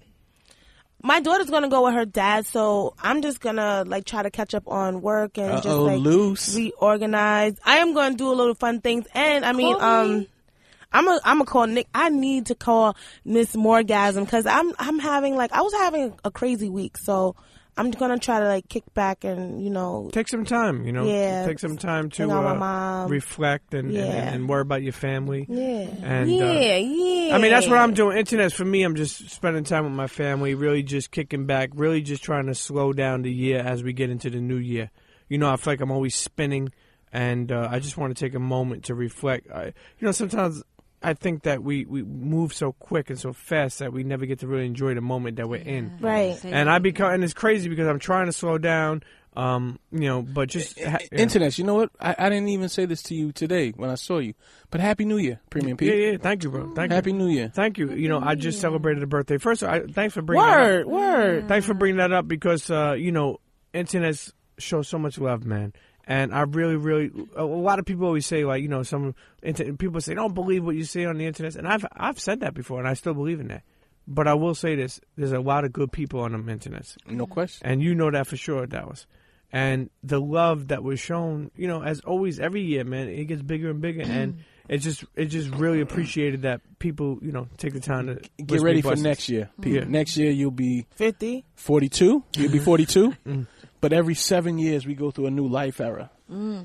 my daughter's gonna go with her dad, so I'm just gonna like try to catch up on work and just Uh-oh, like loose. reorganize. I am gonna do a little fun things, and I mean, Call um. me. I'm a, I'm a call Nick. I need to call Miss Morgasm because I'm I'm having like I was having a crazy week, so I'm gonna try to like kick back and you know Take some time, you know. Yeah. Take some time to Hang out with my uh, mom. reflect and, and- Yeah. and, and worry about your family. yeah And, uh, yeah yeah. I mean, that's what I'm doing. Internet's for me. I'm just spending time with my family, really just kicking back, really just trying to slow down the year as we get into the new year. You know, I feel like I'm always spinning, and uh, I just want to take a moment to reflect. I, you know, sometimes I think that we, we move so quick and so fast that we never get to really enjoy the moment that we're in. right. And I become, and it's crazy because I'm trying to slow down, um, you know, but just ha- yeah. Internet, you know what? I, I didn't even say this to you today when I saw you, but Happy New Year, Premium Pete. Yeah, yeah. Thank you, bro. Thank Happy you. New Year. Thank you. You know, I just celebrated a birthday. First, I, thanks for bringing that Word up. word. Thanks for bringing that up because uh, you know internet shows so much love, man. And I really, really, a lot of people always say like you know some inter- people say don't believe what you see on the internet, and I've I've said that before, and I still believe in that. But I will say this: there's a lot of good people on the internet, No question. and you know that for sure, Dallas. And the love that was shown, you know, as always every year, man, it gets bigger and bigger, and it just it just really appreciated that people, you know, take the time to Get ready for next year, Pete. Yeah. Next year you'll be Fifty. 42. You'll be 42. Mm. but every seven years we go through a new life era.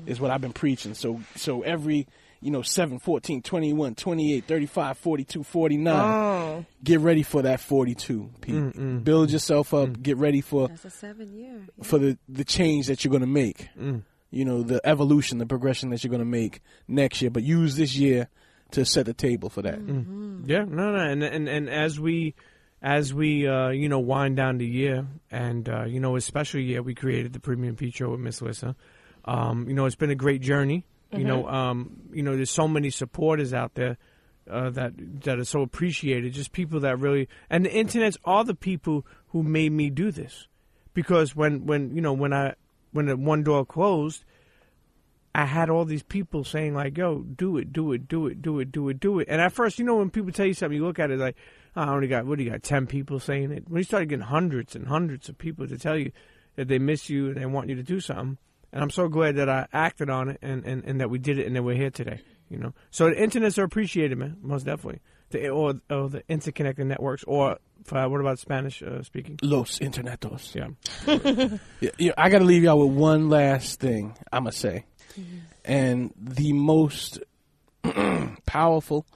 Is what I've been preaching. So so every you know 7, 14, 21, 28, 35, 42, 49. Oh. Get ready for that 42, Pete. Mm, Build yourself up. Get ready for that's a seven year for the the change that you're going to make. You know, the evolution, the progression that you're going to make next year, but use this year to set the table for that. Yeah, no, no, and and and as we, as we, uh, you know, wind down the year, and uh, you know, especially year we created the Premium Pete Show with Miss Lissa. Um, you know, it's been a great journey. You know, um, you know, there's so many supporters out there uh, that that are so appreciated. Just people that really, and the internet's all the people who made me do this, because when when you know when I when the one door closed, I had all these people saying like, "Yo, do it, do it, do it, do it, do it, do it." And at first, you know, when people tell you something, you look at it like, oh, "I only got what do you got? Ten people saying it." When you start getting hundreds and hundreds of people to tell you that they miss you and they want you to do something, and I'm so glad that I acted on it and and, and that we did it and that we're here today. You know, so the internets are appreciated, man, most definitely. The or, or the interconnected networks, or uh, what about Spanish uh, speaking? Los Internetos. Yeah. Yeah, yeah, I got to leave y'all with one last thing I'm going to say. And the most powerful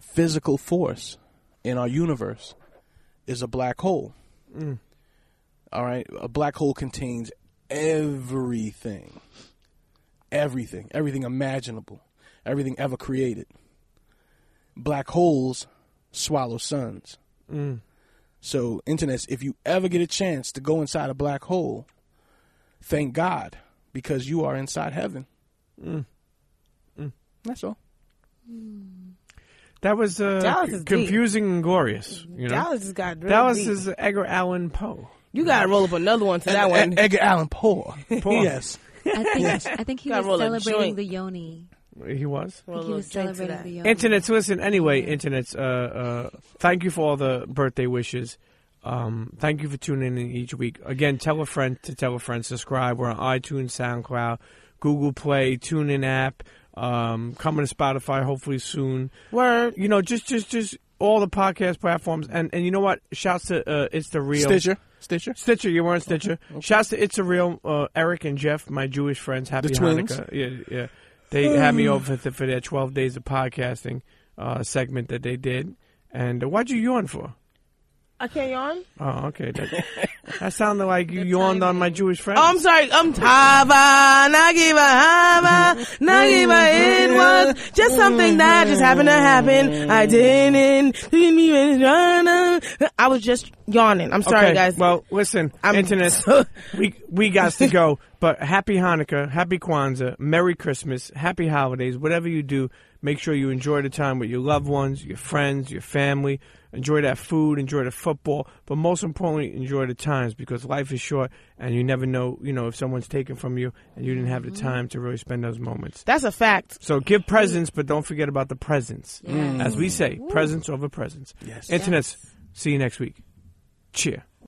physical force in our universe is a black hole. All right? A black hole contains everything. Everything. Everything imaginable. Everything ever created. Black holes swallow suns. So, internets, if you ever get a chance to go inside a black hole, thank God because you are inside heaven. That's all. That was uh, Dallas is confusing and glorious. You know, Dallas just got real Dallas deep. is Edgar Allan Poe. You gotta roll up another one to that one. E- Edgar Allan Poe. Poe. yes. I think I think he Gotta was roll a joint. celebrating the yoni. He was. I think he was celebrating the yoni. Internets, listen. Anyway, internets. Uh, uh, thank you for all the birthday wishes. Um, thank you for tuning in each week. Again, tell a friend to tell a friend. Subscribe. We're on iTunes, SoundCloud, Google Play, TuneIn app. Um, coming to Spotify hopefully soon. Word. You know, just just just all the podcast platforms. And and you know what? Shouts to uh, it's the real Stitcher. Stitcher. Stitcher, you weren't Stitcher. Shouts to It's a Real, uh, Eric and Jeff, my Jewish friends. Happy The twins. Mm. Hanukkah. Yeah, yeah. They had me over for, for their 12 days of podcasting uh, segment that they did. And uh, what'd you yawn for? I can't yawn. Oh, okay. That, that sounded like you yawned on my Jewish friends. Oh, I'm sorry. I'm Tava, Nagiba, Hava, Nagiba. It was just something that just happened to happen. I didn't, didn't even wanna- I was just yawning. I'm sorry, okay. guys. Well, listen, I'm- internet, we we got to go. But happy Hanukkah, happy Kwanzaa, Merry Christmas, happy holidays. Whatever you do, make sure you enjoy the time with your loved ones, your friends, your family. Enjoy that food, enjoy the football, but most importantly, enjoy the times because life is short, and you never know, you know, if someone's taken from you, and you didn't have Mm-hmm. the time to really spend those moments. that's a fact. So give presents, but don't forget about the presents, as we say, presents over presents. Yes. Internets. See you next week. Cheer.